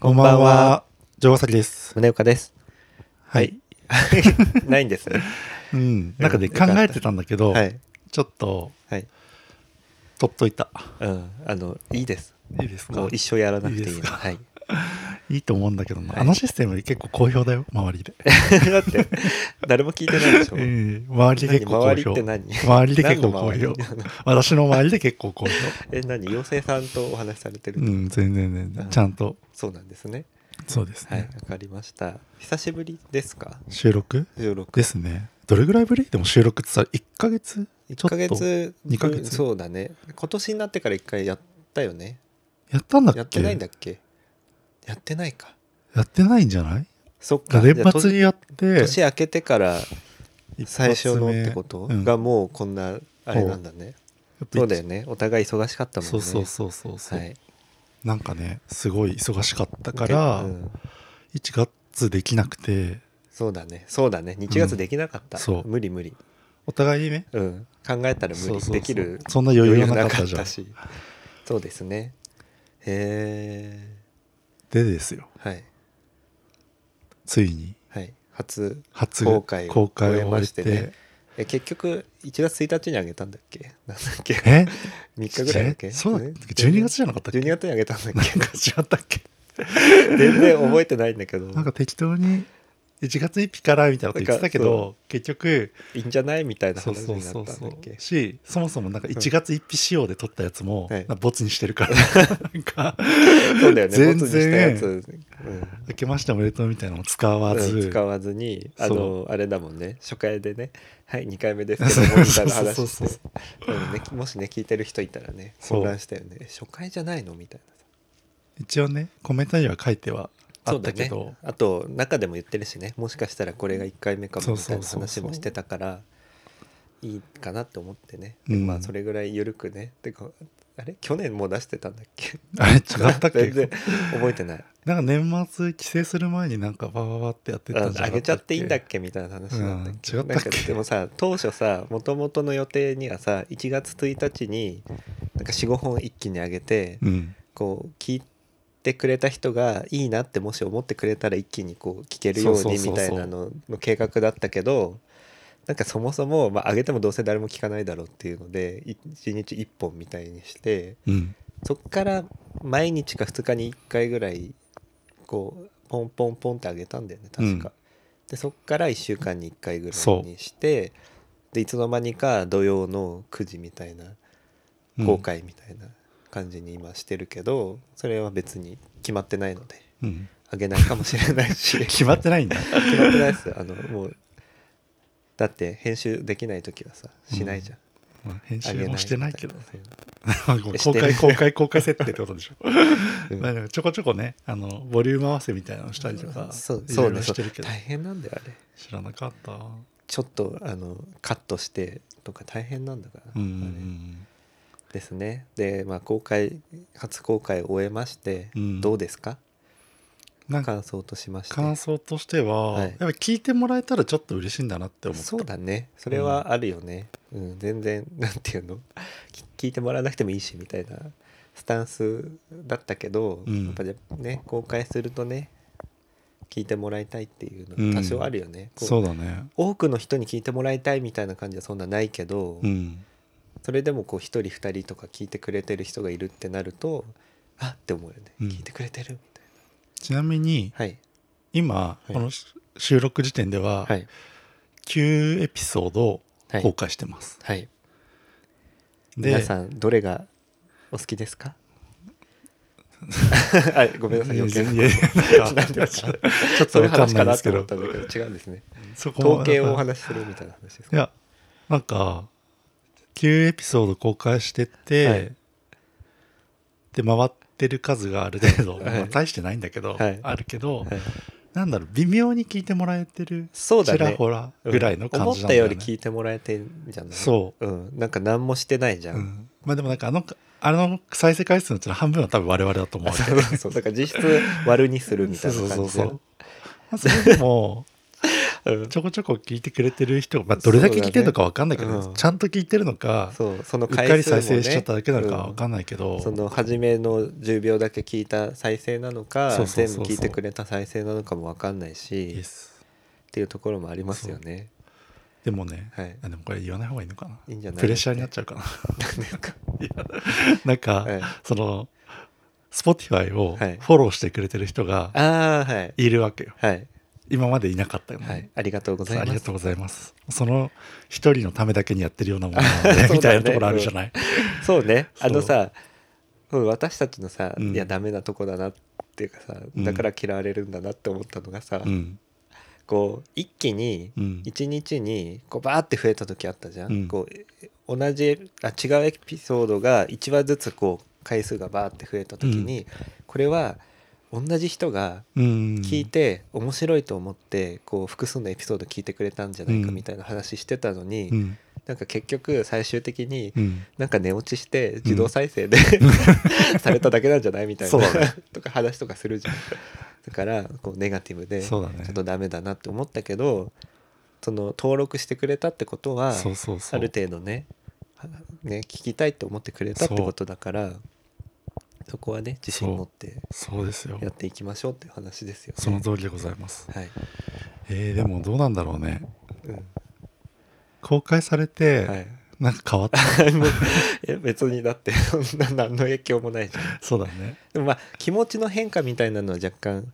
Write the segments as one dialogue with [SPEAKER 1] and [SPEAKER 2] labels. [SPEAKER 1] こんばんは。城崎です。
[SPEAKER 2] 宗岡 です。
[SPEAKER 1] はい。
[SPEAKER 2] ないんです。
[SPEAKER 1] うん。なんかね、考えてたんだけど、
[SPEAKER 2] はい。
[SPEAKER 1] ちょっと、
[SPEAKER 2] はい。
[SPEAKER 1] 取っといた。
[SPEAKER 2] うん。あの、いいです。
[SPEAKER 1] いいです
[SPEAKER 2] も
[SPEAKER 1] か
[SPEAKER 2] う一生やらなくていい
[SPEAKER 1] いい
[SPEAKER 2] の
[SPEAKER 1] ですか
[SPEAKER 2] はい。
[SPEAKER 1] いいと思うんだけどな。
[SPEAKER 2] はい
[SPEAKER 1] あのシステム結構好評だよ、周りで。
[SPEAKER 2] だって、誰も聞いてないでしょ。
[SPEAKER 1] ええ周りで結構好
[SPEAKER 2] 何周り
[SPEAKER 1] 評。
[SPEAKER 2] って何
[SPEAKER 1] 周りで結構好
[SPEAKER 2] 何
[SPEAKER 1] 評
[SPEAKER 2] の周り。
[SPEAKER 1] 私の周りで結構 好評。
[SPEAKER 2] え、何妖精さんとお話しされてる、
[SPEAKER 1] うん、全然全
[SPEAKER 2] う
[SPEAKER 1] 然。
[SPEAKER 2] ん
[SPEAKER 1] ちゃんと、
[SPEAKER 2] そうなんですね。
[SPEAKER 1] そうです
[SPEAKER 2] はい。
[SPEAKER 1] ね
[SPEAKER 2] わ。かりました。久しぶりですか
[SPEAKER 1] 収録
[SPEAKER 2] 収録。
[SPEAKER 1] ですね。どれぐらいぶりでも収録ってさ、1ヶ月
[SPEAKER 2] 1
[SPEAKER 1] ちょっ
[SPEAKER 2] ヶ
[SPEAKER 1] と
[SPEAKER 2] 月、
[SPEAKER 1] 二ヶ月
[SPEAKER 2] そうだね。今年になってから1回やったよね。
[SPEAKER 1] やったんだっけ
[SPEAKER 2] やってないんだっけやってないか。
[SPEAKER 1] やってないんじゃない
[SPEAKER 2] そっか。
[SPEAKER 1] 連
[SPEAKER 2] じゃ
[SPEAKER 1] 発
[SPEAKER 2] あ
[SPEAKER 1] にやって、
[SPEAKER 2] 年明けてから
[SPEAKER 1] 一発
[SPEAKER 2] 最
[SPEAKER 1] 目
[SPEAKER 2] 初のってこと
[SPEAKER 1] うん
[SPEAKER 2] がもうこんなあれなんだね、
[SPEAKER 1] やっぱ
[SPEAKER 2] そうだよねお互い忙しかったもんね
[SPEAKER 1] そうそうそうそうそう、
[SPEAKER 2] はい
[SPEAKER 1] なんかねすごい忙しかったから、
[SPEAKER 2] でうん
[SPEAKER 1] 1月できなくて
[SPEAKER 2] そうだねそうだね日月できなかった、
[SPEAKER 1] うんそう
[SPEAKER 2] 無理無理
[SPEAKER 1] お互いにね
[SPEAKER 2] うん考えた
[SPEAKER 1] そ
[SPEAKER 2] ら無理
[SPEAKER 1] うそうそう
[SPEAKER 2] できる
[SPEAKER 1] そんな余裕はなかったじゃん
[SPEAKER 2] 余裕なかったしそうですねへ
[SPEAKER 1] でですよ
[SPEAKER 2] えはい
[SPEAKER 1] ついに
[SPEAKER 2] はい初
[SPEAKER 1] 初
[SPEAKER 2] 公開を
[SPEAKER 1] 公開を終
[SPEAKER 2] 終え
[SPEAKER 1] え
[SPEAKER 2] ま
[SPEAKER 1] て
[SPEAKER 2] してねえ結局1月1日にあげたんだっけなんだっ け
[SPEAKER 1] え
[SPEAKER 2] 3日ぐらいだっけ
[SPEAKER 1] えそうだっ
[SPEAKER 2] ね
[SPEAKER 1] け12月じゃなかったっけ
[SPEAKER 2] 12月にあげたんだっけ
[SPEAKER 1] なんか違ったっけ
[SPEAKER 2] 全然覚えてないんだけど
[SPEAKER 1] なんか適当に1月1日からみたいなこと言ってたけ
[SPEAKER 2] なんか
[SPEAKER 1] ど結局
[SPEAKER 2] いいんじゃないみたいな
[SPEAKER 1] そう
[SPEAKER 2] 話
[SPEAKER 1] そう
[SPEAKER 2] になった
[SPEAKER 1] そ
[SPEAKER 2] ん
[SPEAKER 1] う
[SPEAKER 2] だっ
[SPEAKER 1] そう
[SPEAKER 2] け
[SPEAKER 1] しそもそもなんか1月1日仕様で撮ったやつも、
[SPEAKER 2] は
[SPEAKER 1] な
[SPEAKER 2] い
[SPEAKER 1] んかボツにしてるから なんか
[SPEAKER 2] そうだよね
[SPEAKER 1] 全然
[SPEAKER 2] ボツにしたやつ、うん
[SPEAKER 1] 「明けましておめでとう」みたいなのも使わず、
[SPEAKER 2] うん使わずにあ
[SPEAKER 1] そ
[SPEAKER 2] のあれだもんね初回でね「はい2回目ですけども」みたいな話
[SPEAKER 1] そう
[SPEAKER 2] し
[SPEAKER 1] そうそう
[SPEAKER 2] てうんねもしね聞いてる人いたらね
[SPEAKER 1] そう
[SPEAKER 2] 混乱したよねえ初回じゃないのみたいなさ
[SPEAKER 1] 一応ねコメントには書いてはあ
[SPEAKER 2] そう
[SPEAKER 1] っ
[SPEAKER 2] だ
[SPEAKER 1] たけ
[SPEAKER 2] ね
[SPEAKER 1] ど、
[SPEAKER 2] あと中でも言ってるしねもしかしたらこれが1回目かもみたいな
[SPEAKER 1] そうそうそう
[SPEAKER 2] 話
[SPEAKER 1] そう
[SPEAKER 2] もしてたからいいかなって思ってね、
[SPEAKER 1] うん
[SPEAKER 2] まあそれぐらい緩くねてかあれ去年もう出してたんだっけ
[SPEAKER 1] あれ違ったっ
[SPEAKER 2] 全
[SPEAKER 1] け
[SPEAKER 2] 然覚えてない
[SPEAKER 1] なんか年末帰省する前になんかバババってやってたんじゃ
[SPEAKER 2] あ
[SPEAKER 1] な
[SPEAKER 2] あ
[SPEAKER 1] か
[SPEAKER 2] げ
[SPEAKER 1] っ
[SPEAKER 2] ち
[SPEAKER 1] た
[SPEAKER 2] ゃ
[SPEAKER 1] っ
[SPEAKER 2] っ
[SPEAKER 1] け
[SPEAKER 2] ていいんだっけみたいな話だったけ、
[SPEAKER 1] うん違ったっけ
[SPEAKER 2] なんかでもさ当初さもともとの予定にはさ1月1日になんか45本一気にあげて、
[SPEAKER 1] うん
[SPEAKER 2] こう聞いてくれた人がいいなってもし思ってくれたら一気にこう聞けるよう
[SPEAKER 1] そう
[SPEAKER 2] に
[SPEAKER 1] そうそうそう
[SPEAKER 2] みたいなのの計画だったけどなんかそもそも、まあ、上げてもどうせ誰も聞かないだろうっていうので1日1本みたいにして
[SPEAKER 1] うん
[SPEAKER 2] そっから毎日か2日に1回ぐらいこうポンポンポンってあげたんだよね確か、でそっから1週間に1回ぐらいにしてでいつの間にか土曜の9時みたいな
[SPEAKER 1] うん
[SPEAKER 2] 公開みたいな感じに今してるけど、それは別に決まってないので
[SPEAKER 1] うん
[SPEAKER 2] あげないかもしれな いし決
[SPEAKER 1] 決まって ないんだ
[SPEAKER 2] まってないですよあのもうだって編集できない時はさしないじゃん、
[SPEAKER 1] まあ編
[SPEAKER 2] あげ
[SPEAKER 1] 集もしてないけど
[SPEAKER 2] みたいなし
[SPEAKER 1] 公
[SPEAKER 2] てる
[SPEAKER 1] 開公開公開設定ってことでしょ、
[SPEAKER 2] うん
[SPEAKER 1] まあでもちょこちょこねあのボリューム合わせみたいなのしたりとか
[SPEAKER 2] そう
[SPEAKER 1] い
[SPEAKER 2] そ
[SPEAKER 1] ろ
[SPEAKER 2] う
[SPEAKER 1] い
[SPEAKER 2] ね
[SPEAKER 1] ろ
[SPEAKER 2] そ
[SPEAKER 1] して
[SPEAKER 2] う
[SPEAKER 1] るけど
[SPEAKER 2] 大変なんだよあれ
[SPEAKER 1] 知らなかったう
[SPEAKER 2] ちょっとあのカットしてとか大変なんだから、
[SPEAKER 1] んうん
[SPEAKER 2] あれですねで、まあ、公開初公開を終えまして、
[SPEAKER 1] うん
[SPEAKER 2] どうですか
[SPEAKER 1] うんなんか
[SPEAKER 2] 感想としまして
[SPEAKER 1] 感想としては、
[SPEAKER 2] はい
[SPEAKER 1] やっぱ聞いてもらえたらちょっと嬉しいんだなって思った
[SPEAKER 2] そうだねそれはあるよね、うん全然なんていうのき聞いてもらわなくてもいいしみたいなスタンスだったけど、
[SPEAKER 1] うん
[SPEAKER 2] やっぱりね公開するとね聞いてもらいたいっていうのは多少あるよね、こう
[SPEAKER 1] そうだね
[SPEAKER 2] 多くの人に聞いてもらいたいみたいな感じはそんなないけど、
[SPEAKER 1] うん
[SPEAKER 2] それでもこう一人二人とか聞いてくれてる人がいるってなるとあって思うよね、
[SPEAKER 1] うん
[SPEAKER 2] 聞いてくれてるみたい
[SPEAKER 1] ちなみに
[SPEAKER 2] なはい
[SPEAKER 1] 今、
[SPEAKER 2] い
[SPEAKER 1] この収録時点では
[SPEAKER 2] はい
[SPEAKER 1] 9エピソードを
[SPEAKER 2] はい
[SPEAKER 1] 公開してます、
[SPEAKER 2] はい
[SPEAKER 1] で
[SPEAKER 2] 皆さんどれがお好きです かあごめんなさい
[SPEAKER 1] いや
[SPEAKER 2] 余計ない
[SPEAKER 1] やいやなんか
[SPEAKER 2] なんでですか
[SPEAKER 1] ちょっとわかんないんですけ
[SPEAKER 2] そう
[SPEAKER 1] ど
[SPEAKER 2] いう話かなと思ったんだけど違うんですね
[SPEAKER 1] そこも
[SPEAKER 2] 統計をお
[SPEAKER 1] なんか
[SPEAKER 2] 話しするみたいな話です
[SPEAKER 1] い
[SPEAKER 2] か
[SPEAKER 1] やなんか9エピソード公開してて、
[SPEAKER 2] はい
[SPEAKER 1] で回ってる数がある程度、
[SPEAKER 2] はい
[SPEAKER 1] まあ、大してないんだけど、
[SPEAKER 2] はい
[SPEAKER 1] あるけど、
[SPEAKER 2] はい
[SPEAKER 1] なんだろう微妙に聞いてもらえてる
[SPEAKER 2] そうだね
[SPEAKER 1] ちらほらぐらいの感じなんだ
[SPEAKER 2] うん
[SPEAKER 1] よ
[SPEAKER 2] 思ったより
[SPEAKER 1] ね、
[SPEAKER 2] 聞いてもらえてんじゃない、
[SPEAKER 1] そう
[SPEAKER 2] ん、なんか何もしてないじゃん、
[SPEAKER 1] うんまあでもなんかあのあの再生回数のうちの半分は多分我々だと思う
[SPEAKER 2] そうそうそうだから実質割るにするみたいな感じで
[SPEAKER 1] そうそうそうそうまあそれでも
[SPEAKER 2] うん
[SPEAKER 1] ちょこちょこ聞いてくれてる人が、まあ、どれだけ聞いてるのかわかんないけ
[SPEAKER 2] そう
[SPEAKER 1] ど、
[SPEAKER 2] だねうん
[SPEAKER 1] ちゃんと聞いてるのか、
[SPEAKER 2] そうその
[SPEAKER 1] うっか
[SPEAKER 2] 回
[SPEAKER 1] り
[SPEAKER 2] 数も、ね、
[SPEAKER 1] 再生しちゃっただけなのかわかんないけど、
[SPEAKER 2] その初めの10秒だけ聞いた再生なのか
[SPEAKER 1] そうそうそうそう
[SPEAKER 2] 全部聞いてくれた再生なのかも分かんないし
[SPEAKER 1] Yes
[SPEAKER 2] っていうところもありますよね。
[SPEAKER 1] でもね、
[SPEAKER 2] はい
[SPEAKER 1] あでもこれ言わない方がいいのかな。
[SPEAKER 2] いいんじゃない
[SPEAKER 1] プレッシャーになっちゃうかな。
[SPEAKER 2] 何ですか
[SPEAKER 1] なんか、
[SPEAKER 2] はい
[SPEAKER 1] その、Spotify を
[SPEAKER 2] はい
[SPEAKER 1] フォローしてくれてる人が
[SPEAKER 2] ああはい
[SPEAKER 1] いるわけよ。
[SPEAKER 2] はい
[SPEAKER 1] 今までいなかったよね。
[SPEAKER 2] はいありがとうござい
[SPEAKER 1] あ
[SPEAKER 2] ます。
[SPEAKER 1] りがとうございます。その一人のためだけにやってるようなものなので、
[SPEAKER 2] そう
[SPEAKER 1] み
[SPEAKER 2] だ
[SPEAKER 1] た
[SPEAKER 2] ね
[SPEAKER 1] いなところあるじゃない。
[SPEAKER 2] そうね
[SPEAKER 1] そう
[SPEAKER 2] あのさうん私たちのさ、
[SPEAKER 1] うん
[SPEAKER 2] いやダメなとこだなっていうかさ
[SPEAKER 1] うん
[SPEAKER 2] だから嫌われるんだなって思ったのがさ、
[SPEAKER 1] うん。
[SPEAKER 2] こう一気に
[SPEAKER 1] うん。
[SPEAKER 2] 1日にこうバーって増えた時あったじゃん、
[SPEAKER 1] うん
[SPEAKER 2] こう同じあ違うエピソードが1話ずつこう回数がバーって増えた時に、これは同じ人が
[SPEAKER 1] うん。
[SPEAKER 2] 聞いて面白いと思ってこう複数のエピソード聞いてくれたんじゃないかみたいな話してたのに、
[SPEAKER 1] うん。
[SPEAKER 2] なんか結局最終的に
[SPEAKER 1] うん。
[SPEAKER 2] なんか寝落ちして自動再生で、 されただけなんじゃないみたい
[SPEAKER 1] そ
[SPEAKER 2] な、
[SPEAKER 1] うだ
[SPEAKER 2] とか話とかするじゃんだからこうネガティブでち
[SPEAKER 1] そ
[SPEAKER 2] ょ
[SPEAKER 1] うだね
[SPEAKER 2] っとダメだなって思ったけどその登録してくれたってことは
[SPEAKER 1] そうそうそ
[SPEAKER 2] あ
[SPEAKER 1] う
[SPEAKER 2] る。程度ねはね聞きたいって思ってくれたってことだからそこはね自信持って
[SPEAKER 1] そうですよ
[SPEAKER 2] や。っていきましょうっていう話ですよね。
[SPEAKER 1] その通りでございます。
[SPEAKER 2] はい、
[SPEAKER 1] えー、でもどうなんだろうね。
[SPEAKER 2] うん
[SPEAKER 1] 公開されて、
[SPEAKER 2] はい、
[SPEAKER 1] なんか変 わった。
[SPEAKER 2] いや別にだってそんな何の影響もないじゃん。
[SPEAKER 1] そうだね。
[SPEAKER 2] でもまあ気持ちの変化みたいなのは若干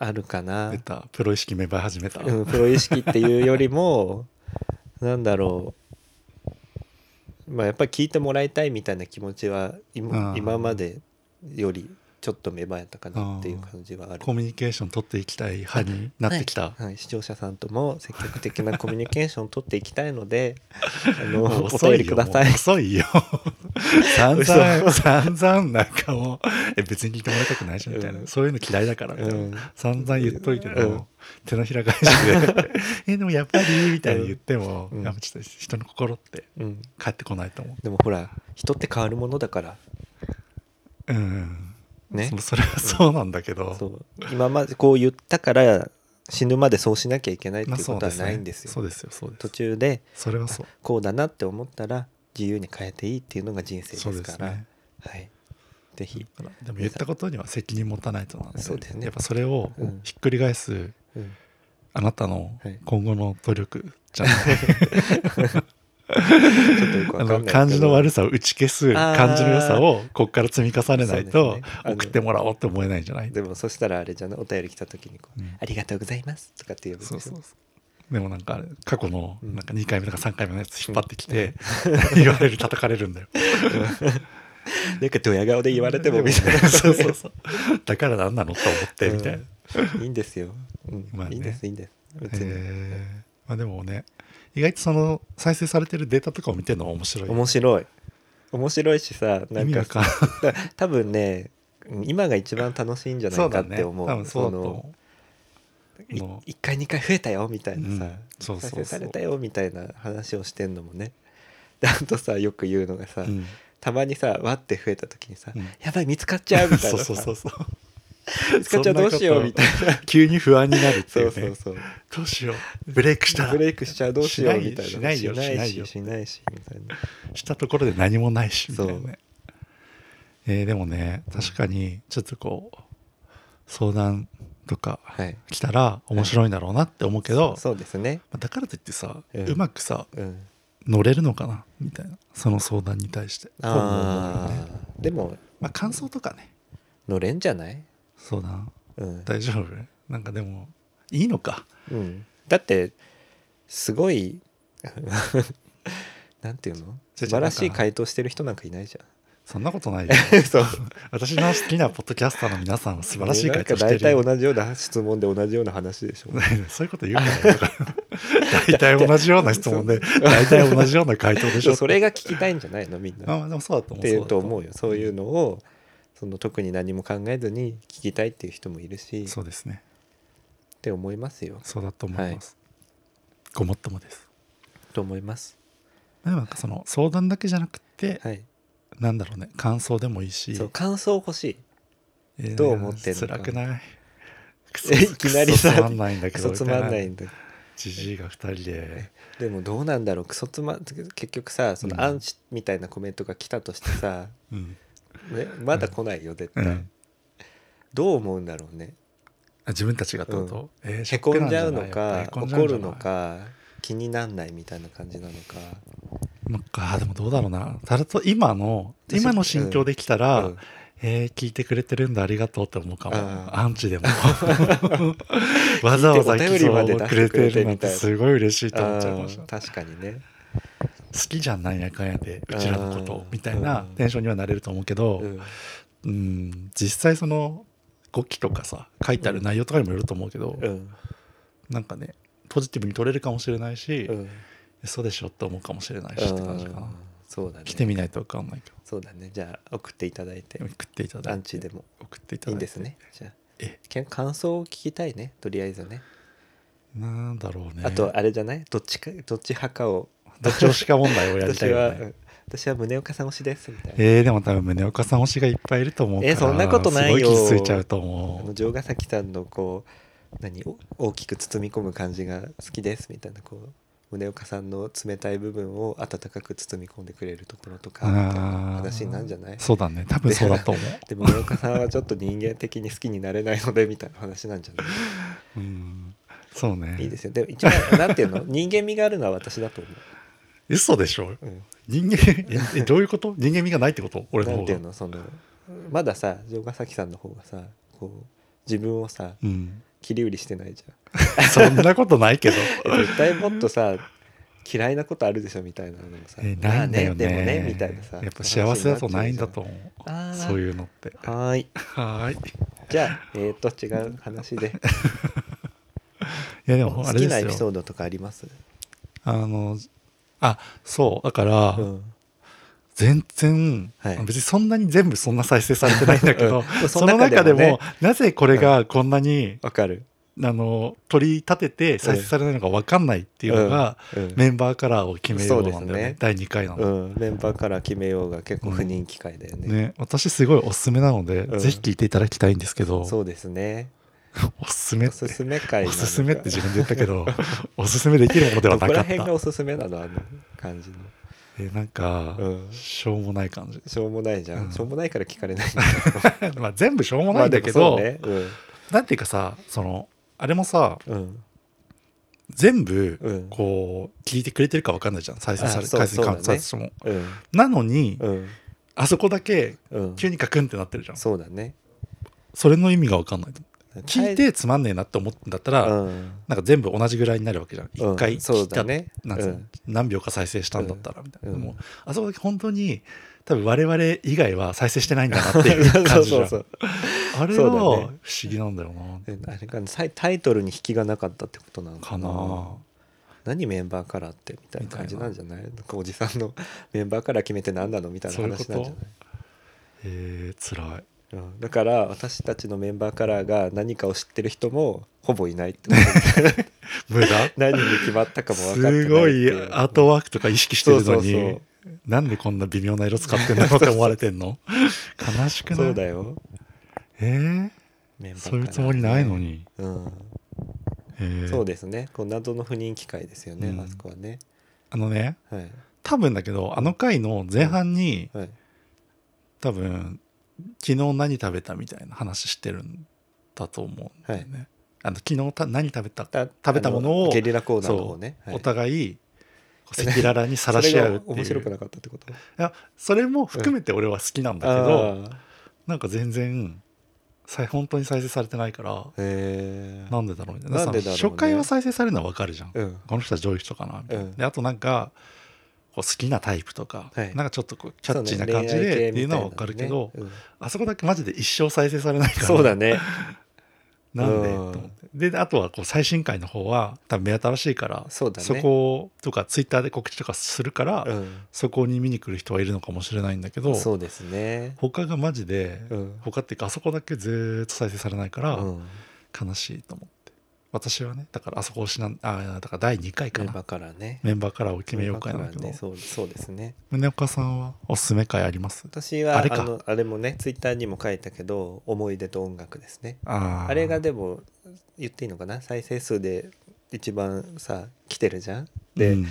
[SPEAKER 2] あるかな
[SPEAKER 1] 出、た。プロ意識芽生え始めた。
[SPEAKER 2] うん、プロ意識っていうよりも なんだろうまあやっぱり聞いてもらいたいみたいな気持ちは今
[SPEAKER 1] うん
[SPEAKER 2] 今までよりちょっと芽生えたかなっていう感じはある。
[SPEAKER 1] コミュニケーション取っていきたい派になってきた。
[SPEAKER 2] はいはい視聴者さんとも積極的なコミュニケーションを取っていきたい のであの
[SPEAKER 1] もう
[SPEAKER 2] お便りください
[SPEAKER 1] もう遅い よ。散々、散々なんかもう、え、別に聞いてもらいたくないし、みたいな、
[SPEAKER 2] うん
[SPEAKER 1] そういうの嫌いだから、みたいな
[SPEAKER 2] うん
[SPEAKER 1] 散々言っといても、
[SPEAKER 2] うん
[SPEAKER 1] 手のひら返し で、え、でもやっぱり、みたいに言っても、
[SPEAKER 2] うん
[SPEAKER 1] やっぱちょっと人の心って
[SPEAKER 2] うん、
[SPEAKER 1] 返ってこないと思
[SPEAKER 2] でもほら人って変わるものだから
[SPEAKER 1] う。うん。
[SPEAKER 2] ね
[SPEAKER 1] そそれはそうなんだけど、
[SPEAKER 2] そう今までこう言ったから死ぬまでそうしなきゃいけないって
[SPEAKER 1] まあ
[SPEAKER 2] いう
[SPEAKER 1] そ
[SPEAKER 2] こ
[SPEAKER 1] う
[SPEAKER 2] とは
[SPEAKER 1] ね
[SPEAKER 2] ないんですよ。
[SPEAKER 1] そうですよ、そうで
[SPEAKER 2] 途
[SPEAKER 1] す。
[SPEAKER 2] 中で
[SPEAKER 1] それはそう。
[SPEAKER 2] こうだなって思ったら自由に変えていいっていうのが人生です
[SPEAKER 1] そうで
[SPEAKER 2] か
[SPEAKER 1] す
[SPEAKER 2] ら
[SPEAKER 1] ね。
[SPEAKER 2] はい、ぜひ、
[SPEAKER 1] だからでも言ったことには責任持たないとなんで
[SPEAKER 2] そうですね
[SPEAKER 1] やっぱそれを
[SPEAKER 2] うん
[SPEAKER 1] ひっくり返す、
[SPEAKER 2] うん
[SPEAKER 1] あなたの
[SPEAKER 2] はい
[SPEAKER 1] 今後の努力じ ゃない、
[SPEAKER 2] ちょっとよく
[SPEAKER 1] あ
[SPEAKER 2] わか
[SPEAKER 1] の
[SPEAKER 2] んない
[SPEAKER 1] 感じの悪さを打ち消す
[SPEAKER 2] あー
[SPEAKER 1] 感じの良さをここから積み重ねない
[SPEAKER 2] そ
[SPEAKER 1] と
[SPEAKER 2] うですねあの
[SPEAKER 1] 送ってもらおうって思えないんじゃない
[SPEAKER 2] でもそしたらあれじゃないお便り来た時にこう、
[SPEAKER 1] うん
[SPEAKER 2] ありがとうございます」とかって言うんでし
[SPEAKER 1] そ
[SPEAKER 2] ょ
[SPEAKER 1] うそうそうでもなんかあれ過去の
[SPEAKER 2] うん
[SPEAKER 1] なんか2回目とか3回目のやつ引っ張ってきて 言われる叩かれるんだよ
[SPEAKER 2] なんかドヤ顔で言われてもみたい な、
[SPEAKER 1] そうそうそうだから何なのと思ってみたいな、
[SPEAKER 2] うんいいんですよ、うん
[SPEAKER 1] まあね
[SPEAKER 2] いいんですいいんです別に、
[SPEAKER 1] えーまあでもね意外とその再生されてるデータとかを見てるのは面白い
[SPEAKER 2] 面白い面白いしさな
[SPEAKER 1] 意
[SPEAKER 2] ん
[SPEAKER 1] 味
[SPEAKER 2] か
[SPEAKER 1] わかんない
[SPEAKER 2] だから多分ね今が一番楽しいんじゃな
[SPEAKER 1] そ
[SPEAKER 2] いうか
[SPEAKER 1] だ
[SPEAKER 2] って思う
[SPEAKER 1] ね、多分そうだと
[SPEAKER 2] の
[SPEAKER 1] 思う
[SPEAKER 2] い
[SPEAKER 1] もう
[SPEAKER 2] 一回二回増えたよみたいなさ、
[SPEAKER 1] うんそうそうそう
[SPEAKER 2] 再生されたよみたいな話をしてんのもねであとさよく言うのがさ、
[SPEAKER 1] うん
[SPEAKER 2] たまにさわって増えた時にさ、
[SPEAKER 1] うん
[SPEAKER 2] やばい見つかっちゃうみたい
[SPEAKER 1] そ
[SPEAKER 2] な
[SPEAKER 1] う
[SPEAKER 2] さ
[SPEAKER 1] そうそうそう
[SPEAKER 2] 見つかっちゃうどうしようみたいな
[SPEAKER 1] な急に不安になるってい
[SPEAKER 2] そうう,、
[SPEAKER 1] ね
[SPEAKER 2] そうそう
[SPEAKER 1] どうしようブレイクした
[SPEAKER 2] ブレイクしちゃうどうしようみたいな
[SPEAKER 1] しないよ
[SPEAKER 2] しないし
[SPEAKER 1] し
[SPEAKER 2] しないしみたいな
[SPEAKER 1] したところで何もないしみたいなねえーでもね確かにちょっとこう相談とか
[SPEAKER 2] はい
[SPEAKER 1] 来たら面白いんだろうなって思うけど、
[SPEAKER 2] そうですね
[SPEAKER 1] まあだからといってさ、う
[SPEAKER 2] うん
[SPEAKER 1] まくさ
[SPEAKER 2] うん
[SPEAKER 1] 乗れるのかなみたいなその相談に対してと思うよ
[SPEAKER 2] あ
[SPEAKER 1] ね
[SPEAKER 2] あでも
[SPEAKER 1] まあ感想とかね
[SPEAKER 2] 乗れんじゃない、
[SPEAKER 1] そうだな
[SPEAKER 2] うん
[SPEAKER 1] 大丈夫なんかでもいいのか
[SPEAKER 2] うん、だってすごい なんていうの
[SPEAKER 1] じゃあ
[SPEAKER 2] 素晴らしい回答してる人なんかいないじゃ
[SPEAKER 1] そんなことないよ
[SPEAKER 2] んそう
[SPEAKER 1] 私の好きなポッドキャスターの皆さんは素晴らしい回答
[SPEAKER 2] な
[SPEAKER 1] して
[SPEAKER 2] んか大
[SPEAKER 1] るよ
[SPEAKER 2] 体同じような質問で同じような話でしょ
[SPEAKER 1] そういうこと言うなよ大体同じような質問 で大体同じような回答でし
[SPEAKER 2] でも
[SPEAKER 1] ょ
[SPEAKER 2] それが聞きたいんじゃないのみん
[SPEAKER 1] まあ
[SPEAKER 2] なっ
[SPEAKER 1] まあでもそうだと思う
[SPEAKER 2] ていうと思
[SPEAKER 1] う
[SPEAKER 2] うよそういうのをその特に何も考えずに聞きたいっていう人もいるし
[SPEAKER 1] そうですね
[SPEAKER 2] って思いますよ
[SPEAKER 1] そうだと思います、ごもっともです
[SPEAKER 2] と思います
[SPEAKER 1] でもなんかその相談だけじゃなくて、
[SPEAKER 2] はい
[SPEAKER 1] なんだろうね感想でもいいし
[SPEAKER 2] そう感想欲しい
[SPEAKER 1] えー
[SPEAKER 2] どう思ってんのか
[SPEAKER 1] 辛くない
[SPEAKER 2] えいきなり
[SPEAKER 1] くそ
[SPEAKER 2] さ
[SPEAKER 1] つまんないんだけ
[SPEAKER 2] ク
[SPEAKER 1] ど
[SPEAKER 2] ソつまんな
[SPEAKER 1] み
[SPEAKER 2] いんだ
[SPEAKER 1] じじいが2人で
[SPEAKER 2] でもどうなんだろうクソつま結局さそのアンチみたいなコメントが来たとして さ、
[SPEAKER 1] うん
[SPEAKER 2] ね、まだ来ないよ絶
[SPEAKER 1] う
[SPEAKER 2] 対、
[SPEAKER 1] ん
[SPEAKER 2] どう思うんだろうね
[SPEAKER 1] あ自分たちがってこと、えーシ
[SPEAKER 2] へ
[SPEAKER 1] ョッ
[SPEAKER 2] こ
[SPEAKER 1] クなん
[SPEAKER 2] じゃう
[SPEAKER 1] な
[SPEAKER 2] の
[SPEAKER 1] い
[SPEAKER 2] か
[SPEAKER 1] やっぱへこんじゃう
[SPEAKER 2] 怒
[SPEAKER 1] んじゃ
[SPEAKER 2] る
[SPEAKER 1] ない
[SPEAKER 2] のか気になんないみたいな感じなのか、
[SPEAKER 1] なんかでもどうだろうなただと今の
[SPEAKER 2] 私
[SPEAKER 1] 今の心境できたら、
[SPEAKER 2] うん
[SPEAKER 1] えー聞いてくれてるんだありがとうって思うかも
[SPEAKER 2] あー
[SPEAKER 1] アンチでもわざわざ
[SPEAKER 2] 聞いてお便
[SPEAKER 1] 寄
[SPEAKER 2] り
[SPEAKER 1] 贈
[SPEAKER 2] まで
[SPEAKER 1] を
[SPEAKER 2] 出
[SPEAKER 1] く
[SPEAKER 2] して
[SPEAKER 1] れ
[SPEAKER 2] くれ
[SPEAKER 1] て
[SPEAKER 2] て
[SPEAKER 1] るな
[SPEAKER 2] み
[SPEAKER 1] ん
[SPEAKER 2] た
[SPEAKER 1] て
[SPEAKER 2] いな
[SPEAKER 1] すごい嬉しいと思っちゃいまし
[SPEAKER 2] あ
[SPEAKER 1] た
[SPEAKER 2] ー確かにね
[SPEAKER 1] 好きじゃんなんやかんやでうちらのこ
[SPEAKER 2] あ
[SPEAKER 1] と
[SPEAKER 2] ー
[SPEAKER 1] みたいな
[SPEAKER 2] うん
[SPEAKER 1] テンションにはなれると思うけど、
[SPEAKER 2] うん
[SPEAKER 1] うん実際その語気とかさ書いてある内容とかにもよると思うけど、
[SPEAKER 2] うん
[SPEAKER 1] なんかねポジティブに取れるかもしれないし、
[SPEAKER 2] うん
[SPEAKER 1] そうでしょって思うかもしれないしって感じか
[SPEAKER 2] う
[SPEAKER 1] なん
[SPEAKER 2] そうだね
[SPEAKER 1] 来てみないと分かんないけど
[SPEAKER 2] そうだねじゃあ送っていただいて
[SPEAKER 1] 送っていただいて
[SPEAKER 2] アンチでも
[SPEAKER 1] 送っていただいて
[SPEAKER 2] いいんですねじゃあ
[SPEAKER 1] え
[SPEAKER 2] けん感想を聞きたいねとりあえずね
[SPEAKER 1] なんだろうね
[SPEAKER 2] あとあれじゃないどっちかどっち派かを
[SPEAKER 1] どっち推しか問題をやりた
[SPEAKER 2] 私
[SPEAKER 1] いよ
[SPEAKER 2] は、
[SPEAKER 1] ね
[SPEAKER 2] うん私は宗岡さん推しですみたいな
[SPEAKER 1] えー、でも多分宗岡さん推しがいっぱいいると思うから
[SPEAKER 2] えそんなことないよ
[SPEAKER 1] すごい傷ついちゃうと
[SPEAKER 2] あの
[SPEAKER 1] 思
[SPEAKER 2] 城ヶ崎さんのこう何お大きく包み込む感じが好きですみたいなこう宗岡さんの冷たい部分を温かく包み込んでくれるところと
[SPEAKER 1] う
[SPEAKER 2] かみたいな
[SPEAKER 1] あー
[SPEAKER 2] 話になるんじゃない
[SPEAKER 1] そうだね多分そうだと思
[SPEAKER 2] でも宗岡さんはちょっと人間的に好きになれないのでみたいな 話なんじゃな
[SPEAKER 1] ううんそうね
[SPEAKER 2] いいいですよでも一番なんていうの人間味があるのは私だと思
[SPEAKER 1] 嘘でしょ
[SPEAKER 2] う、うん、
[SPEAKER 1] 人間えどういうこと人間味がないってこと俺の方
[SPEAKER 2] な
[SPEAKER 1] が
[SPEAKER 2] んていうのそのまださ城ヶ崎さんの方がさこう自分をさ
[SPEAKER 1] うん、
[SPEAKER 2] 切り売りしてないじゃん
[SPEAKER 1] そんなことないけど
[SPEAKER 2] え絶対もっとさ嫌いなことあるでしょみたいなのもさ
[SPEAKER 1] えないんだよね,、
[SPEAKER 2] まあねでもねみたいなさ
[SPEAKER 1] やっぱ幸せだとないんだと思
[SPEAKER 2] あー
[SPEAKER 1] うそういうのって
[SPEAKER 2] はーい
[SPEAKER 1] はーいい
[SPEAKER 2] じゃあえっ、と違う話で
[SPEAKER 1] やで もあ
[SPEAKER 2] 好
[SPEAKER 1] れ
[SPEAKER 2] き
[SPEAKER 1] で
[SPEAKER 2] なエピ
[SPEAKER 1] すよ
[SPEAKER 2] ソードとかあります
[SPEAKER 1] あのあそうだから、
[SPEAKER 2] うん
[SPEAKER 1] 全然、
[SPEAKER 2] はい
[SPEAKER 1] 別にそんなに全部そんな再生されてないんだけど、
[SPEAKER 2] うん
[SPEAKER 1] その中でも
[SPEAKER 2] その中でもね
[SPEAKER 1] なぜこれがこんなに、
[SPEAKER 2] わかる
[SPEAKER 1] あの取り立てて再生されないのか分かんないっていうのが、
[SPEAKER 2] うんうん
[SPEAKER 1] メンバーカラーを決めようなんだよ
[SPEAKER 2] そう
[SPEAKER 1] ね
[SPEAKER 2] ですね
[SPEAKER 1] 第2回な
[SPEAKER 2] う
[SPEAKER 1] の、
[SPEAKER 2] んメンバーから決めようが結構不人気会だよね,、
[SPEAKER 1] ね、私すごいおすすめなので、
[SPEAKER 2] うん
[SPEAKER 1] ぜひ聞いていただきたいんですけど
[SPEAKER 2] そうですね
[SPEAKER 1] おすすめっ
[SPEAKER 2] お
[SPEAKER 1] て
[SPEAKER 2] すすめ会な
[SPEAKER 1] お
[SPEAKER 2] のか
[SPEAKER 1] すすめって自分で言ったけど おすすめできるものではな
[SPEAKER 2] どこ
[SPEAKER 1] からっ
[SPEAKER 2] 辺が
[SPEAKER 1] た
[SPEAKER 2] おすすめなのあの感じの
[SPEAKER 1] えなんか、
[SPEAKER 2] うん
[SPEAKER 1] しょうもない感じ
[SPEAKER 2] しょうもないじゃん、
[SPEAKER 1] うん
[SPEAKER 2] しょうもないから聞かれない
[SPEAKER 1] まあ全部 しょうもないんだけ
[SPEAKER 2] ま
[SPEAKER 1] ど、
[SPEAKER 2] あでもそうね
[SPEAKER 1] なんていうかさそのあれもさ
[SPEAKER 2] うんうん
[SPEAKER 1] 全部
[SPEAKER 2] うん
[SPEAKER 1] こう聞いてくれてるか分かんないじゃん再生され
[SPEAKER 2] あそう
[SPEAKER 1] 再生
[SPEAKER 2] そうだ
[SPEAKER 1] か
[SPEAKER 2] ね
[SPEAKER 1] 再生しても
[SPEAKER 2] うん
[SPEAKER 1] なのに、
[SPEAKER 2] うん
[SPEAKER 1] あそこだけ
[SPEAKER 2] うん
[SPEAKER 1] 急にカクンってなってるじゃん、
[SPEAKER 2] そうだね
[SPEAKER 1] それの意味が分かんないと思う聞いてつまんねえなって思うんだったら、
[SPEAKER 2] うん
[SPEAKER 1] なんか全部同じぐらいになるわけじゃん
[SPEAKER 2] うん
[SPEAKER 1] 一回
[SPEAKER 2] そ
[SPEAKER 1] 聞
[SPEAKER 2] う
[SPEAKER 1] いた、
[SPEAKER 2] だね
[SPEAKER 1] なんつうの
[SPEAKER 2] うん
[SPEAKER 1] 何秒か再生したんだったらみたいな、
[SPEAKER 2] うん
[SPEAKER 1] もうあそこだけ本当に多分我々以外は再生してないんだなっていう感じじゃん
[SPEAKER 2] そうそう
[SPEAKER 1] あれ
[SPEAKER 2] そ
[SPEAKER 1] は
[SPEAKER 2] うだね
[SPEAKER 1] 不思議なんだよな、
[SPEAKER 2] そうあれかなタイタイトルに引きがなかったってことなの
[SPEAKER 1] か
[SPEAKER 2] かな
[SPEAKER 1] な、
[SPEAKER 2] 何メンバーカラーってみたいな感じなんじゃないなんかおじさんのメンバーカラー決めて何なのみたいな
[SPEAKER 1] そういうこ
[SPEAKER 2] 話
[SPEAKER 1] と
[SPEAKER 2] なんじゃない
[SPEAKER 1] えー、つらい
[SPEAKER 2] うんだから私たちのメンバーカラーが何かを知ってる人も ほぼいないってこと
[SPEAKER 1] 無駄
[SPEAKER 2] 何に決まったかも分かってないって
[SPEAKER 1] すごい
[SPEAKER 2] いう
[SPEAKER 1] アートワークとか意識してるのに
[SPEAKER 2] そうそう
[SPEAKER 1] なんでこんな微妙な色使ってんだろうって思われてん の悲しくない
[SPEAKER 2] そうだよ
[SPEAKER 1] えー
[SPEAKER 2] メンバーカ
[SPEAKER 1] そうい
[SPEAKER 2] ラーね
[SPEAKER 1] うつもりないのに、
[SPEAKER 2] うん
[SPEAKER 1] えー
[SPEAKER 2] そうですねこう謎の不人気会ですよね
[SPEAKER 1] うん
[SPEAKER 2] あそこはね
[SPEAKER 1] あのね
[SPEAKER 2] はい
[SPEAKER 1] 多分だけどあの回の前半に
[SPEAKER 2] はい
[SPEAKER 1] 多分昨日何食べたみたいな話してるんだと思うんだよね、あの昨日た何食べた
[SPEAKER 2] た
[SPEAKER 1] 食べたものを
[SPEAKER 2] あゲリラ講座の方ね
[SPEAKER 1] そう
[SPEAKER 2] はい
[SPEAKER 1] お互いこう赤裸々に晒し合うってい
[SPEAKER 2] それが
[SPEAKER 1] う
[SPEAKER 2] 面白くなかったってこと
[SPEAKER 1] いやそれも含めて俺は好きなんだけど、
[SPEAKER 2] ああ
[SPEAKER 1] なんか全然さ本当に再生されてないから
[SPEAKER 2] へえ
[SPEAKER 1] なんでだろうみたいな
[SPEAKER 2] なんでだろうね
[SPEAKER 1] さ初回は再生されるのは分かるじゃん、
[SPEAKER 2] うん
[SPEAKER 1] この人はどういう人かなみたいな、
[SPEAKER 2] うん
[SPEAKER 1] であとなんかこう好きなタイプとか、
[SPEAKER 2] はい
[SPEAKER 1] なんかちょっとこうキャ
[SPEAKER 2] そ
[SPEAKER 1] ッ
[SPEAKER 2] うね
[SPEAKER 1] チーな感じ
[SPEAKER 2] 恋愛
[SPEAKER 1] で
[SPEAKER 2] 系
[SPEAKER 1] っていうのは分かるけど、あそこだけマジで一生再生されない
[SPEAKER 2] みたいなねうん
[SPEAKER 1] から
[SPEAKER 2] そうだね
[SPEAKER 1] なんで
[SPEAKER 2] うん
[SPEAKER 1] と思ってであとはこう最新回の方は多分目新しいから
[SPEAKER 2] そうだね
[SPEAKER 1] こをとかツイッターで告知とかするから、
[SPEAKER 2] うん
[SPEAKER 1] そこに見に来る人はいるのかもしれないんだけど
[SPEAKER 2] そうですね
[SPEAKER 1] 他がマジで、
[SPEAKER 2] うん
[SPEAKER 1] 他っていうかあそこだけずーっと再生されないから、
[SPEAKER 2] うん
[SPEAKER 1] 悲しいと思って私はねだからあそこをしなんあーだから第2回か
[SPEAKER 2] メン
[SPEAKER 1] な
[SPEAKER 2] バーからね
[SPEAKER 1] メンバーカラーを決めようかなんだけど、
[SPEAKER 2] メンバーからねそうそうですね
[SPEAKER 1] 宗岡さんはおすすめ会あります
[SPEAKER 2] 私は
[SPEAKER 1] あ
[SPEAKER 2] あ
[SPEAKER 1] れか
[SPEAKER 2] のあれもねツイッターにも書いたけど思い出と音楽ですね
[SPEAKER 1] あー
[SPEAKER 2] あれがでも言っていいのかな再生数で一番さ来てるじゃんで、
[SPEAKER 1] うん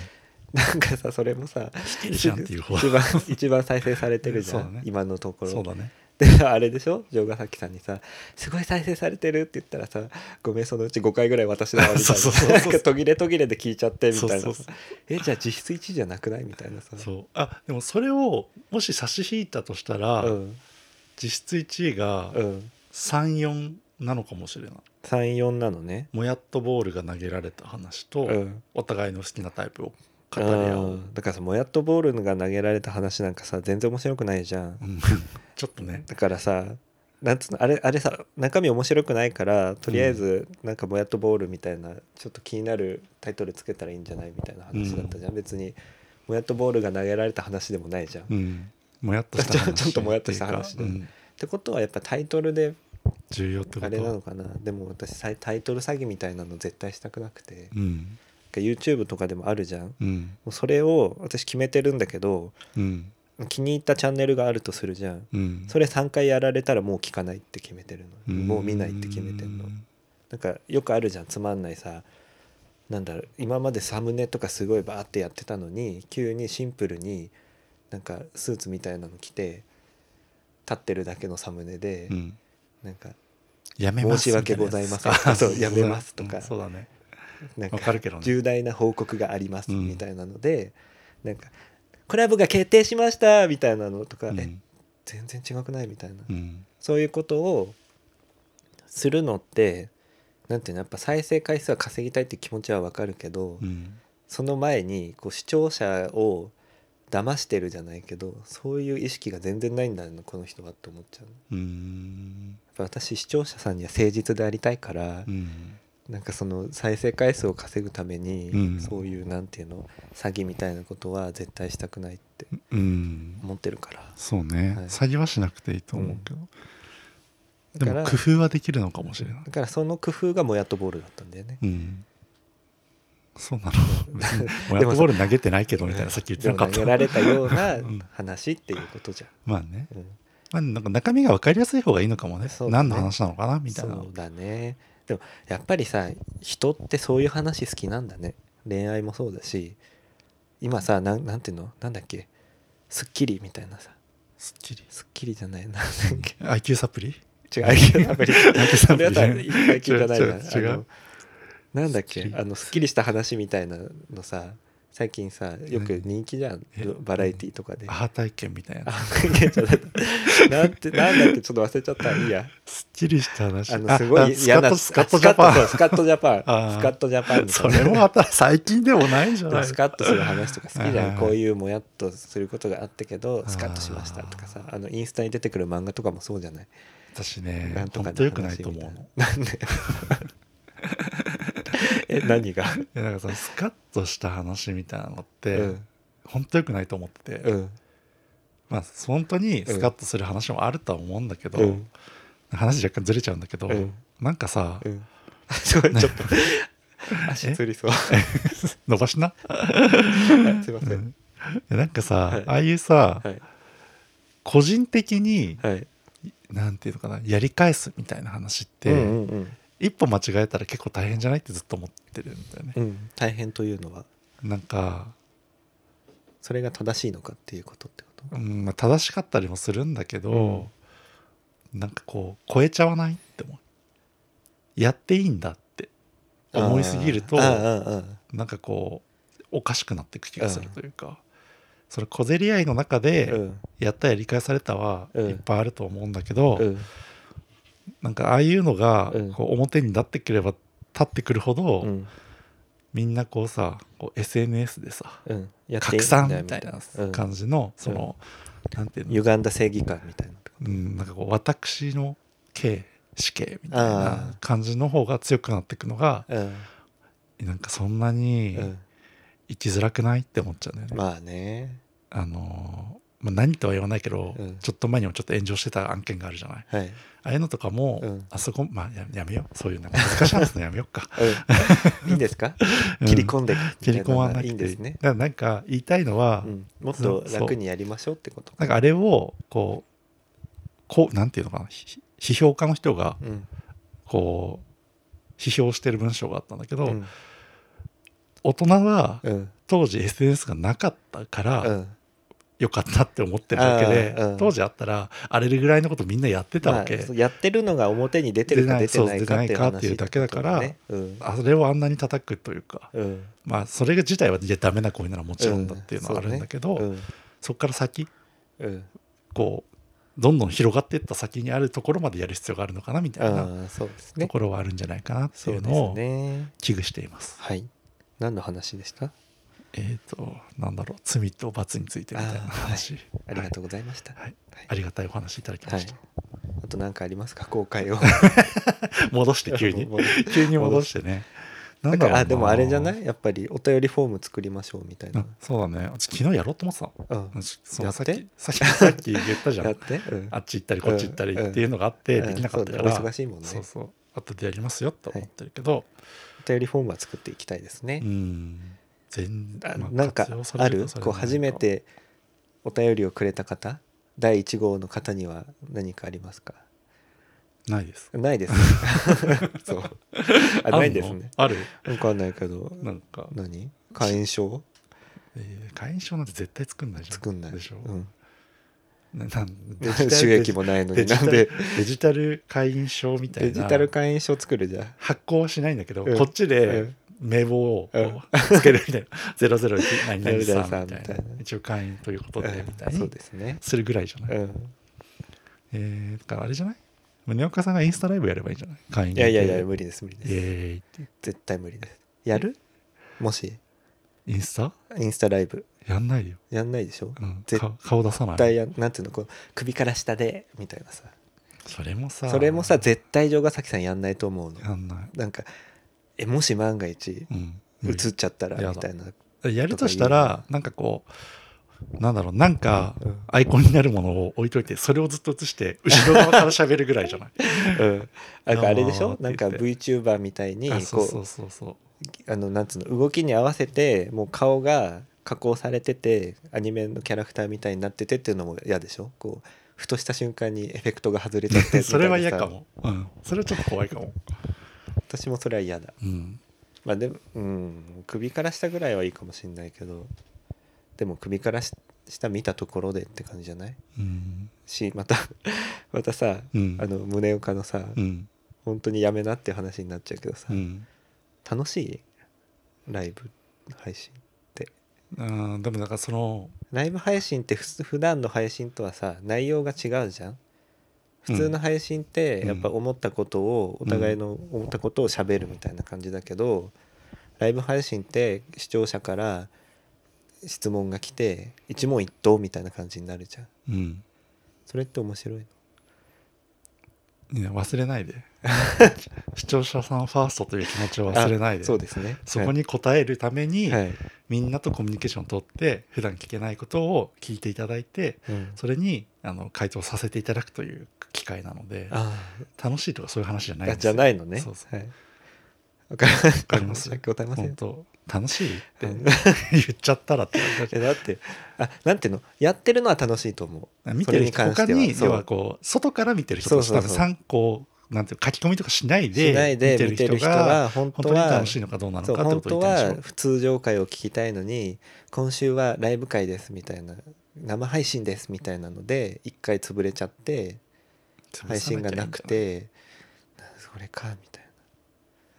[SPEAKER 2] なんかさそれもさ
[SPEAKER 1] 来てるじゃんっていう方
[SPEAKER 2] 一番一番再生されてるじ ゃ
[SPEAKER 1] そうだ
[SPEAKER 2] ん、
[SPEAKER 1] ね
[SPEAKER 2] 今のところ
[SPEAKER 1] そうだね
[SPEAKER 2] で さあれでしょ城ヶ崎さんにさ「すごい再生されてる」って言ったらさ「ごめんそのうち5回ぐらい私だわ」みた
[SPEAKER 1] そう
[SPEAKER 2] い
[SPEAKER 1] そうそう
[SPEAKER 2] ななんか途切れ途切れで聞いちゃってみたいな
[SPEAKER 1] そうそうそ
[SPEAKER 2] えじゃあ実質1じゃなくないみたいなさ
[SPEAKER 1] そうあでもそれをもし差し引いたとしたら、
[SPEAKER 2] うん
[SPEAKER 1] 実質1位が
[SPEAKER 2] うん
[SPEAKER 1] 34なのかもしれない
[SPEAKER 2] 34なのね
[SPEAKER 1] もやっとボールが投げられた話と、
[SPEAKER 2] うん
[SPEAKER 1] お互いの好きなタイプを語
[SPEAKER 2] あ
[SPEAKER 1] り合おう
[SPEAKER 2] ーだからさもやっとボールが投げられた話なんかさ全然面白くないじゃん
[SPEAKER 1] うん ちょっとね
[SPEAKER 2] だからさなんつうのあれあれさ中身面白くないからとりあえずなんか「もやっとボール」みたいなちょっと気になるタイトルつけたらいいんじゃないみたいな話だったじゃん、別に「もやっとボール」が投げられた話でもないじゃん。っ
[SPEAKER 1] うんもやっとした話
[SPEAKER 2] ちょちょっともやっとした話
[SPEAKER 1] っていうかうん
[SPEAKER 2] てことはやっぱタイトルで
[SPEAKER 1] 重要ってこと
[SPEAKER 2] あれなのかなでも私さタイトル詐欺みたいなの絶対したくなくてなん
[SPEAKER 1] う
[SPEAKER 2] か
[SPEAKER 1] ん、
[SPEAKER 2] YouTube とかでもあるじゃん。も
[SPEAKER 1] うん
[SPEAKER 2] うそれを私決めてるんだけど
[SPEAKER 1] うん
[SPEAKER 2] 気に入ったチャンネルがあるとするじゃん。
[SPEAKER 1] うん
[SPEAKER 2] それ3回やられたらもう聞かないって決めてるの
[SPEAKER 1] ん
[SPEAKER 2] もう見ないって決めてるのなんかよくあるじゃんつまんないさなんだろう今までサムネとかすごいバーってやってたのに急にシンプルになんかスーツみたいなの着て立ってるだけのサムネで、
[SPEAKER 1] うん
[SPEAKER 2] なんか
[SPEAKER 1] やめます
[SPEAKER 2] 申し訳ございません
[SPEAKER 1] みたいなやつ
[SPEAKER 2] そう やめますとか
[SPEAKER 1] うんそうだね
[SPEAKER 2] なん
[SPEAKER 1] わかるけどね
[SPEAKER 2] 重大な報告があります
[SPEAKER 1] うん
[SPEAKER 2] みたいなので、なんかクラブが決定しましたみたいなのとか、
[SPEAKER 1] うん
[SPEAKER 2] え全然違くないみたいな、
[SPEAKER 1] うん
[SPEAKER 2] そういうことをするのってなんていうのやっぱ再生回数は稼ぎたいって気持ちはわかるけど、
[SPEAKER 1] うん
[SPEAKER 2] その前にこう視聴者を騙してるじゃないけどそういう意識が全然ないんだなこの人はって思っちゃうのや
[SPEAKER 1] うん
[SPEAKER 2] っぱ私視聴者さんには誠実でありたいから、
[SPEAKER 1] うん
[SPEAKER 2] なんかその再生回数を稼ぐために、
[SPEAKER 1] うん
[SPEAKER 2] そういうなんていうの詐欺みたいなことは絶対したくないって
[SPEAKER 1] うん
[SPEAKER 2] 思ってるから
[SPEAKER 1] そうね、
[SPEAKER 2] はい
[SPEAKER 1] 詐欺はしなくていいと思うけど、で
[SPEAKER 2] だから
[SPEAKER 1] も工夫はできるのかもしれない
[SPEAKER 2] だからその工夫がモヤっとボールだったんだよね。
[SPEAKER 1] うんそうなの別 に
[SPEAKER 2] も
[SPEAKER 1] もやっとボール投げてないけどみたいなさっき言って
[SPEAKER 2] で
[SPEAKER 1] なか
[SPEAKER 2] も投
[SPEAKER 1] っ
[SPEAKER 2] げ
[SPEAKER 1] た
[SPEAKER 2] られたような
[SPEAKER 1] うん
[SPEAKER 2] 話っていうことじゃん。
[SPEAKER 1] まあね、
[SPEAKER 2] うん
[SPEAKER 1] まあ、なんか中身が分かりやすい方がいいのかもね
[SPEAKER 2] そうだ
[SPEAKER 1] 何
[SPEAKER 2] ね
[SPEAKER 1] の話なのかなみたいな
[SPEAKER 2] そうだねでもやっぱりさ人ってそういう話好きなんだね恋愛もそうだし今さなんなんていうのなんだっけ『スッキリ』みたいなさ
[SPEAKER 1] すっきり
[SPEAKER 2] 『スッキリ』じゃないなんだっけ
[SPEAKER 1] IQ サプリ
[SPEAKER 2] 違う IQ アプリ
[SPEAKER 1] IQ サ
[SPEAKER 2] そ
[SPEAKER 1] プ
[SPEAKER 2] れ
[SPEAKER 1] リ
[SPEAKER 2] はさ一回聞いたない な
[SPEAKER 1] 違う違う違う
[SPEAKER 2] あのなんだっ
[SPEAKER 1] スッ
[SPEAKER 2] け
[SPEAKER 1] キリ
[SPEAKER 2] あのすっきりした話みたいなのさ最近さよく人気じゃん
[SPEAKER 1] え
[SPEAKER 2] バラエティーとかで。
[SPEAKER 1] ア
[SPEAKER 2] あ
[SPEAKER 1] ハ体験みたいな
[SPEAKER 2] なんかちょっとなんてなんだっけちょっと忘れちゃったいいや
[SPEAKER 1] すっきりした話
[SPEAKER 2] あのすごい
[SPEAKER 1] スカ
[SPEAKER 2] 嫌
[SPEAKER 1] ッ
[SPEAKER 2] な
[SPEAKER 1] トスカットジャパン
[SPEAKER 2] スカットジャパンス
[SPEAKER 1] あー
[SPEAKER 2] カットジャパンみた
[SPEAKER 1] そ
[SPEAKER 2] いな
[SPEAKER 1] れもまた最近でもないんじゃ
[SPEAKER 2] で
[SPEAKER 1] な
[SPEAKER 2] も
[SPEAKER 1] い
[SPEAKER 2] スカッとする話とか好きじ
[SPEAKER 1] はい
[SPEAKER 2] ゃ
[SPEAKER 1] は
[SPEAKER 2] ん
[SPEAKER 1] い
[SPEAKER 2] こういうもやっとすることがあったけど
[SPEAKER 1] ー
[SPEAKER 2] スカッとしましたとかさあのインスタに出てくる漫画とかもそうじゃない
[SPEAKER 1] 私ね
[SPEAKER 2] なんと
[SPEAKER 1] 本
[SPEAKER 2] かの話
[SPEAKER 1] 当よくないと思うの
[SPEAKER 2] み
[SPEAKER 1] い
[SPEAKER 2] たいななんで え何が
[SPEAKER 1] やなんかさスカッとした話みたいなのっ
[SPEAKER 2] う
[SPEAKER 1] て、
[SPEAKER 2] ん
[SPEAKER 1] 本当よくないと思ってて、
[SPEAKER 2] うん
[SPEAKER 1] まあ本当にスカッとする話もあるとは思うんだけど、
[SPEAKER 2] うん
[SPEAKER 1] 話若干ずれちゃうんだけど、
[SPEAKER 2] うん
[SPEAKER 1] なんかさ、
[SPEAKER 2] うん すご いちょっと足つりそうす
[SPEAKER 1] 伸ばしな
[SPEAKER 2] いませ
[SPEAKER 1] うんんいやなんかさ、
[SPEAKER 2] はい
[SPEAKER 1] ああいうさ、
[SPEAKER 2] はい
[SPEAKER 1] 個人的に、
[SPEAKER 2] はい
[SPEAKER 1] なんていうのかなやり返すみたいな話って、
[SPEAKER 2] うんうんうん
[SPEAKER 1] 一歩間違えたら結構大変じゃないってずっと思ってるんだよね
[SPEAKER 2] う、ん大変というのは
[SPEAKER 1] なんか、
[SPEAKER 2] それが正しいのかっていうことってこと
[SPEAKER 1] うんまあ、正しかったりもするんだけど、なんかこう超えちゃわないって思うやっていいんだって思いすぎると
[SPEAKER 2] あーあーあー
[SPEAKER 1] なんかこうおかしくなっていく気がするというか、それ小競り合いの中
[SPEAKER 2] う
[SPEAKER 1] で
[SPEAKER 2] ん
[SPEAKER 1] やったやり返されたは
[SPEAKER 2] うん
[SPEAKER 1] いっぱいあると思うんだけど、
[SPEAKER 2] うん
[SPEAKER 1] なんかああいうのが
[SPEAKER 2] うん
[SPEAKER 1] こう表になってくれば立ってくるほど、
[SPEAKER 2] うん
[SPEAKER 1] みんなこうさこう SNS でさ
[SPEAKER 2] うんやっていい
[SPEAKER 1] 拡
[SPEAKER 2] んだ
[SPEAKER 1] 散
[SPEAKER 2] よ
[SPEAKER 1] みたいな
[SPEAKER 2] うん
[SPEAKER 1] 感じの、その、なんていうの、
[SPEAKER 2] 歪んだ正義感みたいな
[SPEAKER 1] うん、なんかこう私の刑死刑みたい
[SPEAKER 2] あ
[SPEAKER 1] な
[SPEAKER 2] ー
[SPEAKER 1] 感じの方が強くなっていくのが
[SPEAKER 2] うん
[SPEAKER 1] なんかそんなに
[SPEAKER 2] うん
[SPEAKER 1] 生きづらくないって思っちゃうんだよね。
[SPEAKER 2] まあね
[SPEAKER 1] あのーまあ、何とは言わないけど、
[SPEAKER 2] うん
[SPEAKER 1] ちょっと前にもちょっと炎上してた案件があるじゃない
[SPEAKER 2] はい、
[SPEAKER 1] ああいうのとかも、
[SPEAKER 2] うん
[SPEAKER 1] あそこまあややめようそういうなんか難しい話すのやめようか
[SPEAKER 2] うん、いいんですか
[SPEAKER 1] うん
[SPEAKER 2] 切り込んで
[SPEAKER 1] 切り込まなく
[SPEAKER 2] い
[SPEAKER 1] て
[SPEAKER 2] いんですね
[SPEAKER 1] だ、からなんか言いたいのは、
[SPEAKER 2] うん、もっと楽にやりましょうってこと
[SPEAKER 1] なんかあれをこうこうなんていうのかなひ批評家の人が
[SPEAKER 2] うん
[SPEAKER 1] こう批評してる文章があったんだけど、
[SPEAKER 2] うん
[SPEAKER 1] 大人は
[SPEAKER 2] うん
[SPEAKER 1] 当時 SNS がなかったから、
[SPEAKER 2] うん
[SPEAKER 1] よかったって思ってるだけで、
[SPEAKER 2] うんうん
[SPEAKER 1] 当時あったらあれぐらいのことみんなやってたわけ、
[SPEAKER 2] まあ、やってるのが表に出てるか出てないかっていう話
[SPEAKER 1] 出ないそう出てないかっていうだけだから
[SPEAKER 2] ねうん
[SPEAKER 1] あれをあんなに叩くというか
[SPEAKER 2] うん
[SPEAKER 1] まあそれ自体はいやダメな行為ならもちろんだっていうのはあるんだけど、
[SPEAKER 2] うん
[SPEAKER 1] そこから先
[SPEAKER 2] うん
[SPEAKER 1] こうどんどん広がっていった先にあるところまでやる必要があるのかなみたいな
[SPEAKER 2] ああそうです
[SPEAKER 1] と
[SPEAKER 2] ね
[SPEAKER 1] ころはあるんじゃないかなって
[SPEAKER 2] そ
[SPEAKER 1] いうう
[SPEAKER 2] で
[SPEAKER 1] の
[SPEAKER 2] す
[SPEAKER 1] を
[SPEAKER 2] ね
[SPEAKER 1] 危惧しています。
[SPEAKER 2] はい何の話でした
[SPEAKER 1] えっ、となんだろう罪と罰についてみたいな話、
[SPEAKER 2] ありがと
[SPEAKER 1] う
[SPEAKER 2] うございました
[SPEAKER 1] はいありがたいお話いただき
[SPEAKER 2] は
[SPEAKER 1] ま
[SPEAKER 2] い
[SPEAKER 1] した、
[SPEAKER 2] あと何かありますか公開を
[SPEAKER 1] 戻して 急 に
[SPEAKER 2] もう
[SPEAKER 1] 急に戻してねな
[SPEAKER 2] だ
[SPEAKER 1] んだ
[SPEAKER 2] か
[SPEAKER 1] ろう
[SPEAKER 2] ら
[SPEAKER 1] な
[SPEAKER 2] あでもあれじゃないやっぱりお便りフォーム作りましょうみたい
[SPEAKER 1] あ
[SPEAKER 2] な
[SPEAKER 1] そうだね私昨日やろうと思ってたの
[SPEAKER 2] うん
[SPEAKER 1] その
[SPEAKER 2] やっ
[SPEAKER 1] さってきさっきさっき言ったじゃ
[SPEAKER 2] やっ
[SPEAKER 1] ん
[SPEAKER 2] てうん
[SPEAKER 1] あっち行ったりこっち行ったり
[SPEAKER 2] うん
[SPEAKER 1] っていうのがあって
[SPEAKER 2] うん
[SPEAKER 1] できなかったか
[SPEAKER 2] うん
[SPEAKER 1] ら、
[SPEAKER 2] そうだねお忙しいもんね
[SPEAKER 1] そうそう後でやりますよと思ってるけど、
[SPEAKER 2] お便りフォームは作っていきたいですね
[SPEAKER 1] うん全
[SPEAKER 2] あ
[SPEAKER 1] まあ
[SPEAKER 2] なんか
[SPEAKER 1] 活用さ
[SPEAKER 2] あ
[SPEAKER 1] れ
[SPEAKER 2] る
[SPEAKER 1] かされ
[SPEAKER 2] こう
[SPEAKER 1] ないか
[SPEAKER 2] 初めてお便りをくれた方第1号の方には何かありますか
[SPEAKER 1] ないです
[SPEAKER 2] ない ですそう あ
[SPEAKER 1] る
[SPEAKER 2] ないですね
[SPEAKER 1] ある
[SPEAKER 2] わかんないけど
[SPEAKER 1] なんか、
[SPEAKER 2] 何会員証
[SPEAKER 1] えー、会員証なんて絶対作んないじゃん
[SPEAKER 2] 作んない
[SPEAKER 1] でしょ、
[SPEAKER 2] うん、
[SPEAKER 1] ななんデジタル
[SPEAKER 2] 収益もないの
[SPEAKER 1] デ
[SPEAKER 2] に
[SPEAKER 1] ジ
[SPEAKER 2] な
[SPEAKER 1] タ
[SPEAKER 2] ん
[SPEAKER 1] ル
[SPEAKER 2] で
[SPEAKER 1] デジタル会員証みたいな
[SPEAKER 2] デジタル会員証作るじゃん
[SPEAKER 1] 発行はしないんだけど、
[SPEAKER 2] うん
[SPEAKER 1] こっち
[SPEAKER 2] う
[SPEAKER 1] で
[SPEAKER 2] ん
[SPEAKER 1] 名簿をこう
[SPEAKER 2] うん
[SPEAKER 1] つけるみたい な「001何々さん」
[SPEAKER 2] 003
[SPEAKER 1] みたい
[SPEAKER 2] みた
[SPEAKER 1] ない
[SPEAKER 2] な
[SPEAKER 1] 一応会員ということでみたい
[SPEAKER 2] うんそう
[SPEAKER 1] に
[SPEAKER 2] ですね
[SPEAKER 1] するぐらいじゃない、
[SPEAKER 2] うん
[SPEAKER 1] えー、だからあれじゃない宗岡さんがインスタライブやればいいんじゃない会員
[SPEAKER 2] いやいやいや
[SPEAKER 1] 限
[SPEAKER 2] 無理です無理
[SPEAKER 1] 定でイエ
[SPEAKER 2] です
[SPEAKER 1] ーイって
[SPEAKER 2] 絶対無理ですやるもし
[SPEAKER 1] インスタ
[SPEAKER 2] インスタライブ
[SPEAKER 1] やんないよ、
[SPEAKER 2] やんないでしょ
[SPEAKER 1] うん、
[SPEAKER 2] 絶
[SPEAKER 1] 顔顔出さない
[SPEAKER 2] 対やんなんていうのこう首から下でみたいなさ
[SPEAKER 1] それもさ
[SPEAKER 2] それもさ絶対城ヶ崎さんやんないと思うの
[SPEAKER 1] やんない、
[SPEAKER 2] なんかえもし万が一
[SPEAKER 1] うん、
[SPEAKER 2] 映っちゃったら
[SPEAKER 1] やだ
[SPEAKER 2] みたいな
[SPEAKER 1] やるとしたらなんかこうなんだろうなんか
[SPEAKER 2] うん
[SPEAKER 1] アイコンになるものを置いといてそれをずっと映して後ろ側から喋るぐらいじゃない
[SPEAKER 2] うんなんかあれでし
[SPEAKER 1] あー
[SPEAKER 2] ょ
[SPEAKER 1] って
[SPEAKER 2] な
[SPEAKER 1] 言っ
[SPEAKER 2] ん
[SPEAKER 1] て
[SPEAKER 2] か VTuber みたいに
[SPEAKER 1] あそうそ
[SPEAKER 2] こ
[SPEAKER 1] うそうそう
[SPEAKER 2] うあのなんつうの動きに合わせてもう顔が加工されててアニメのキャラクターみたいになっててっていうのも嫌でしょこうふとした瞬間にエフェクトが外れちゃっ て
[SPEAKER 1] それは嫌か
[SPEAKER 2] みたいなさ
[SPEAKER 1] も、うん、それはちょっと怖いかも、
[SPEAKER 2] 私もそれは嫌だ
[SPEAKER 1] うん、
[SPEAKER 2] まあでもうん首から下ぐらいはいいかもしれないけどでも首からし下見たところでって感じじゃない
[SPEAKER 1] うん
[SPEAKER 2] しまた またさ、
[SPEAKER 1] うん
[SPEAKER 2] あの胸岡のさ、
[SPEAKER 1] うん
[SPEAKER 2] 本当にやめなって話になっちゃうけどさ、
[SPEAKER 1] うん
[SPEAKER 2] 楽しいライブ配信って
[SPEAKER 1] あーでもなんかその
[SPEAKER 2] ライブ配信ってふつ普段の配信とはさ内容が違うじゃん普通の配信って
[SPEAKER 1] うん
[SPEAKER 2] やっぱ思ったことをお互いの思ったことをしゃべるみたいな感じだけどライブ配信って視聴者から質問が来て一問一答みたいな感じになるじゃん
[SPEAKER 1] うん
[SPEAKER 2] それって面白いの
[SPEAKER 1] いや忘れないで 視聴者さんファーストという気持ちを忘れないで
[SPEAKER 2] あそうですね
[SPEAKER 1] そこに応えるために、
[SPEAKER 2] はい、はい
[SPEAKER 1] みんなとコミュニケーションを取って普段聞けないことを聞いていただいて
[SPEAKER 2] うん
[SPEAKER 1] それにあの回答させていただくという機会なので
[SPEAKER 2] あ
[SPEAKER 1] 楽しいとかそういう話じゃない
[SPEAKER 2] あ
[SPEAKER 1] んです
[SPEAKER 2] じゃないのね
[SPEAKER 1] そうそ
[SPEAKER 2] はい、わかりま
[SPEAKER 1] わかります
[SPEAKER 2] 申し訳ございません
[SPEAKER 1] 本当楽しいって
[SPEAKER 2] うん
[SPEAKER 1] 言っちゃったらって感じだけ
[SPEAKER 2] えだってあなんていうのやってるのは楽しいと思う
[SPEAKER 1] ど見てる
[SPEAKER 2] それ
[SPEAKER 1] 人
[SPEAKER 2] 関し
[SPEAKER 1] 他
[SPEAKER 2] て
[SPEAKER 1] に
[SPEAKER 2] そう
[SPEAKER 1] 要はこう外から見てる人として
[SPEAKER 2] そう
[SPEAKER 1] 多
[SPEAKER 2] そ
[SPEAKER 1] 分
[SPEAKER 2] うそう
[SPEAKER 1] 参考なんていうの書き込みとかしない
[SPEAKER 2] しない
[SPEAKER 1] で
[SPEAKER 2] で
[SPEAKER 1] 見
[SPEAKER 2] 見
[SPEAKER 1] て
[SPEAKER 2] て
[SPEAKER 1] る
[SPEAKER 2] る
[SPEAKER 1] 人が
[SPEAKER 2] 人は
[SPEAKER 1] 本
[SPEAKER 2] 本当
[SPEAKER 1] 当に
[SPEAKER 2] は
[SPEAKER 1] 楽しいのかどうなの
[SPEAKER 2] そう
[SPEAKER 1] かってこ
[SPEAKER 2] 本
[SPEAKER 1] と
[SPEAKER 2] 当
[SPEAKER 1] を言った
[SPEAKER 2] は
[SPEAKER 1] んでしょ
[SPEAKER 2] 普通常会を聞きたいのに今週はライブ会ですみたいな生配信ですみたいなので一回潰れちゃって配信がなくてそれかみたい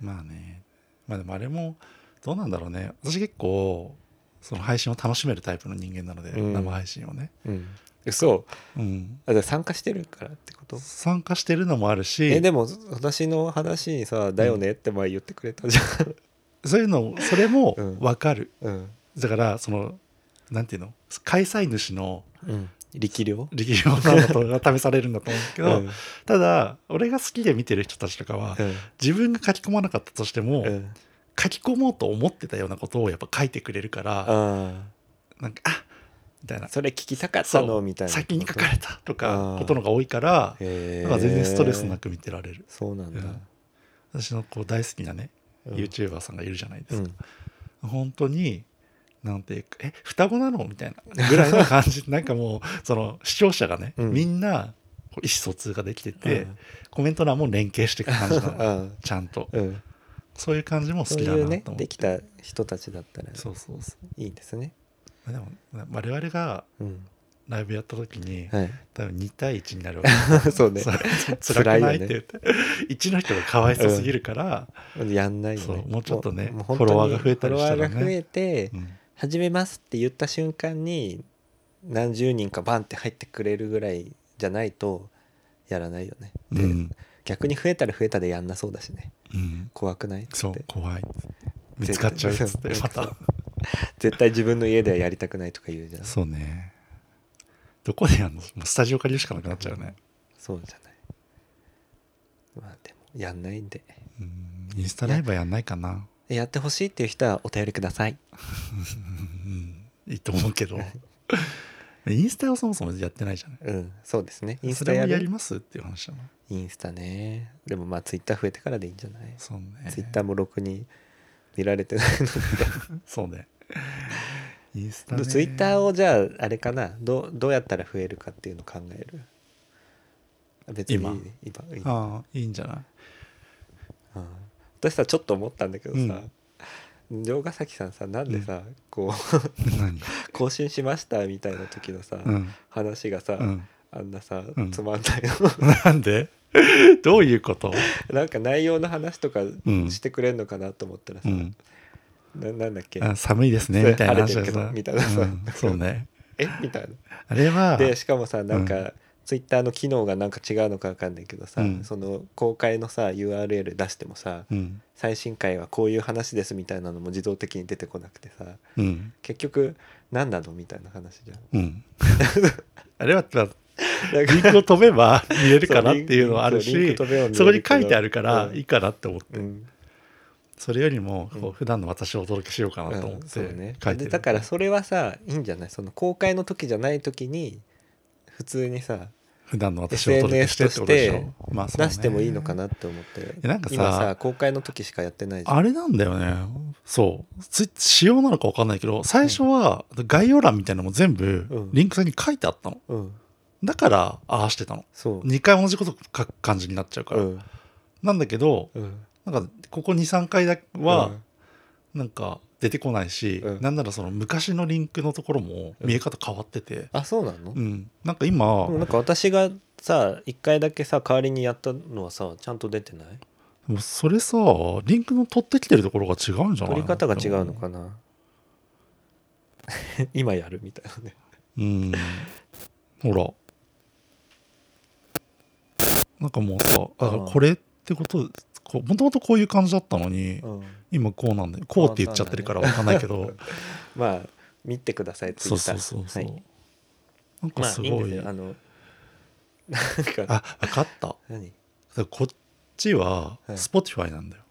[SPEAKER 1] まあねまあでもあれもどうなんだろうね私結構その配信を楽しめるタイプの人間なので、
[SPEAKER 2] うん
[SPEAKER 1] 生配信をね、
[SPEAKER 2] なうん嘘
[SPEAKER 1] うん、
[SPEAKER 2] あだから参加してるからってこと
[SPEAKER 1] 参加してるのもあるし
[SPEAKER 2] えでも私の話にさ「だよね」って前言ってくれたじゃん
[SPEAKER 1] そういうのそれも
[SPEAKER 2] うん
[SPEAKER 1] 分かる、
[SPEAKER 2] うん、
[SPEAKER 1] だからそのなんていうの開催主の
[SPEAKER 2] うん、力量
[SPEAKER 1] 力量なのと試されるんだと思うんだけど、
[SPEAKER 2] うん
[SPEAKER 1] ただ俺が好きで見てる人たちとかは、自分が書き込まなかったとしても、
[SPEAKER 2] うんうん
[SPEAKER 1] 書き込もうと思ってたようなことをやっぱ書いてくれるから、
[SPEAKER 2] あ
[SPEAKER 1] なんかあみたいな
[SPEAKER 2] あそれ聞きたかった
[SPEAKER 1] そう
[SPEAKER 2] のみたいな
[SPEAKER 1] 先に書かれたと
[SPEAKER 2] あ
[SPEAKER 1] か
[SPEAKER 2] ー
[SPEAKER 1] ことのが多いから
[SPEAKER 2] へえ
[SPEAKER 1] なんか全然ストレスなく見てられる
[SPEAKER 2] そうなんだ、
[SPEAKER 1] 私のこう大好きなね、
[SPEAKER 2] うん
[SPEAKER 1] YouTuber さんがいるじゃないで
[SPEAKER 2] う
[SPEAKER 1] すか、
[SPEAKER 2] ん
[SPEAKER 1] 本当になんていうかえ双子なのみたいなぐらいの感 じなんかもうその視聴者がね、
[SPEAKER 2] うん
[SPEAKER 1] みんなこう意思疎通ができてて、
[SPEAKER 2] うん
[SPEAKER 1] コメント欄も連携していく感じなの
[SPEAKER 2] あ
[SPEAKER 1] ちゃんと
[SPEAKER 2] あうん
[SPEAKER 1] そういう感じも好
[SPEAKER 2] そう
[SPEAKER 1] き
[SPEAKER 2] い
[SPEAKER 1] だなと
[SPEAKER 2] う
[SPEAKER 1] 思
[SPEAKER 2] ね
[SPEAKER 1] って
[SPEAKER 2] できた人たちだったら
[SPEAKER 1] そうそうそ
[SPEAKER 2] いいですね
[SPEAKER 1] うでも我々が
[SPEAKER 2] うん
[SPEAKER 1] ライブやった時に、
[SPEAKER 2] はい
[SPEAKER 1] 多分2対1になるわけです
[SPEAKER 2] そう ね
[SPEAKER 1] それ辛
[SPEAKER 2] 辛
[SPEAKER 1] く
[SPEAKER 2] いよ
[SPEAKER 1] ない
[SPEAKER 2] ね
[SPEAKER 1] って言って1の人がかわいそうすぎるから、
[SPEAKER 2] やんないよ
[SPEAKER 1] そう
[SPEAKER 2] ね
[SPEAKER 1] もうちょっとね
[SPEAKER 2] もう本当に
[SPEAKER 1] フォロワーが増えたりしたらね
[SPEAKER 2] フォロワーが増えて
[SPEAKER 1] うん
[SPEAKER 2] 始めますって言った瞬間に何十人かバンって入ってくれるぐらいじゃないとやらないよね
[SPEAKER 1] う
[SPEAKER 2] で、
[SPEAKER 1] ん
[SPEAKER 2] 逆に増えたら増えたでやんなそうだしね
[SPEAKER 1] うん
[SPEAKER 2] 怖くないっつ
[SPEAKER 1] そ
[SPEAKER 2] っ
[SPEAKER 1] う
[SPEAKER 2] て
[SPEAKER 1] 怖い見つかっちゃうっつってまた
[SPEAKER 2] 絶対自分の家ではやりたくないとか言うじゃんそ
[SPEAKER 1] そうねどこでやんのもうスタジオ借りるしかなくなっちゃうね、
[SPEAKER 2] うじゃないまあでもやんないんで
[SPEAKER 1] うん、インスタライブはやんないかな
[SPEAKER 2] やってほしいっていう人はお便りください
[SPEAKER 1] いいと思うけど インスタをそもそもやってないじゃない
[SPEAKER 2] うんそうですねインス
[SPEAKER 1] そ
[SPEAKER 2] タ
[SPEAKER 1] れ
[SPEAKER 2] や
[SPEAKER 1] もや
[SPEAKER 2] る
[SPEAKER 1] りますっていう話だな
[SPEAKER 2] インスタねでもまあツイッター増えてからでいいんじゃない
[SPEAKER 1] そうね
[SPEAKER 2] ツイッターもろくに見られてない の
[SPEAKER 1] そうねインスタね
[SPEAKER 2] でツイッターをじゃああれかなどうどうやったら増えるかっていうのを考える別に
[SPEAKER 1] 今
[SPEAKER 2] 今今
[SPEAKER 1] ああいいんじゃない
[SPEAKER 2] うん私さちょっと思ったんだけどさ、城ヶ崎さんさなんでさ、こう
[SPEAKER 1] 何
[SPEAKER 2] 更新しましたみたいな時のさ、
[SPEAKER 1] うん
[SPEAKER 2] 話がさ、
[SPEAKER 1] うん
[SPEAKER 2] あんなさ、
[SPEAKER 1] うん
[SPEAKER 2] つまんない
[SPEAKER 1] なんでどういうこと
[SPEAKER 2] の なんか内容の話とか
[SPEAKER 1] ん
[SPEAKER 2] してくれるのかなと思ったらさ、
[SPEAKER 1] うん
[SPEAKER 2] ななんだっけ
[SPEAKER 1] あ寒いですね
[SPEAKER 2] それ
[SPEAKER 1] みたいな話
[SPEAKER 2] 晴
[SPEAKER 1] が
[SPEAKER 2] れてるけど
[SPEAKER 1] さ
[SPEAKER 2] みたいなさ
[SPEAKER 1] うんそうね
[SPEAKER 2] えみたい
[SPEAKER 1] あれは
[SPEAKER 2] なでしかもさなんか、ツイッターの機能がなんか違うのかわかんないけどさ、
[SPEAKER 1] うん
[SPEAKER 2] その公開のさ URL 出してもさ、
[SPEAKER 1] うん
[SPEAKER 2] 最新回はこういう話ですみたいなのも自動的に出てこなくてさ
[SPEAKER 1] うん
[SPEAKER 2] 結局何なのみたいな話 じゃん。
[SPEAKER 1] うん あれはまあ
[SPEAKER 2] なんか
[SPEAKER 1] リンクを飛べば見れるかなっていうのはある
[SPEAKER 2] そうリン
[SPEAKER 1] し
[SPEAKER 2] ク飛べば見れるけど
[SPEAKER 1] そこに書いてあるから
[SPEAKER 2] うん
[SPEAKER 1] いいかなって思って
[SPEAKER 2] うん
[SPEAKER 1] それよりもこ
[SPEAKER 2] う
[SPEAKER 1] うん普段の私をお届けしようかなと思っ
[SPEAKER 2] うん
[SPEAKER 1] て
[SPEAKER 2] そ
[SPEAKER 1] 書
[SPEAKER 2] う
[SPEAKER 1] いてる、
[SPEAKER 2] ねでだからそれはさいいんじゃないその公開の時じゃない時に普通にさ
[SPEAKER 1] 普段の私をお届けしてってことでしょ
[SPEAKER 2] SNS とし、
[SPEAKER 1] まあそうね
[SPEAKER 2] 出してもいいのかなって思って
[SPEAKER 1] やなんかさ
[SPEAKER 2] 今さ公開の時しかやってないじゃん
[SPEAKER 1] あれなんだよねそうツイ仕様なのか分かんないけど最初は概要欄みたいなのも全
[SPEAKER 2] う
[SPEAKER 1] 部
[SPEAKER 2] ん
[SPEAKER 1] リンク先に書いてあったの
[SPEAKER 2] うん
[SPEAKER 1] だからああしてたの
[SPEAKER 2] そう
[SPEAKER 1] 2回同じこと書く感じになっちゃうか
[SPEAKER 2] う
[SPEAKER 1] ら、
[SPEAKER 2] ん
[SPEAKER 1] なんだけど
[SPEAKER 2] うん
[SPEAKER 1] なんかここ23回だはなんか出てこないし、
[SPEAKER 2] うん
[SPEAKER 1] なんならその昔のリンクのところも見え方変わってて、
[SPEAKER 2] あそうなの
[SPEAKER 1] う
[SPEAKER 2] で
[SPEAKER 1] んなんか今、
[SPEAKER 2] もなんか私がさ一回だけさ代わりにやったのはさちゃんと出てない
[SPEAKER 1] もうそれさリンクの取ってきてるところが違うんじゃない
[SPEAKER 2] 取り方が違うのかな 今やるみたいなね
[SPEAKER 1] うんほらなんかもうさだからこれってことこうもともとこういう感じだったのに、今こうなんだよこうって言っちゃってるからわかんないけど、
[SPEAKER 2] まあ見てくださいって
[SPEAKER 1] そ
[SPEAKER 2] 言
[SPEAKER 1] う
[SPEAKER 2] っ
[SPEAKER 1] そ
[SPEAKER 2] た
[SPEAKER 1] うそうそう、
[SPEAKER 2] はい、
[SPEAKER 1] なんか
[SPEAKER 2] まあ
[SPEAKER 1] す
[SPEAKER 2] いいん
[SPEAKER 1] ご
[SPEAKER 2] で
[SPEAKER 1] い,、
[SPEAKER 2] すよあのなんか
[SPEAKER 1] あ分かっただか
[SPEAKER 2] 何
[SPEAKER 1] らこっちは
[SPEAKER 2] はい
[SPEAKER 1] Spotify なんだよ、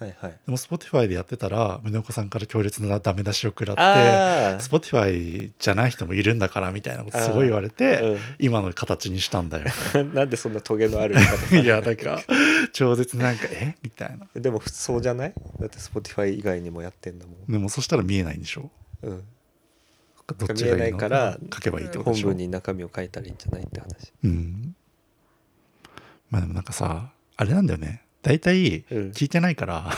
[SPEAKER 2] はいはい
[SPEAKER 1] でも Spotify でやってたら宗岡さんから強烈なダメ出しを食らって
[SPEAKER 2] あ
[SPEAKER 1] Spotify じゃない人もいるんだからみたいなことすごい言われて、
[SPEAKER 2] あ、
[SPEAKER 1] 今の形にしたんだよ
[SPEAKER 2] うん、 なんでそんなトゲのある 言い方
[SPEAKER 1] いやなんか 超絶なんかえみたいな
[SPEAKER 2] でも普通じゃないだって Spotify 以外にもやってんだも
[SPEAKER 1] でもそしたら見えないんでしょ
[SPEAKER 2] ん、うん、
[SPEAKER 1] どっち
[SPEAKER 2] 見え
[SPEAKER 1] が
[SPEAKER 2] ない
[SPEAKER 1] い
[SPEAKER 2] い
[SPEAKER 1] の
[SPEAKER 2] から
[SPEAKER 1] 書けばいいってこと
[SPEAKER 2] 本
[SPEAKER 1] でしょ
[SPEAKER 2] 文に中身を書いたらいいんじゃないって話
[SPEAKER 1] うんまあでもなんかさあれなんだよね大体
[SPEAKER 2] うん
[SPEAKER 1] 聞いてないから、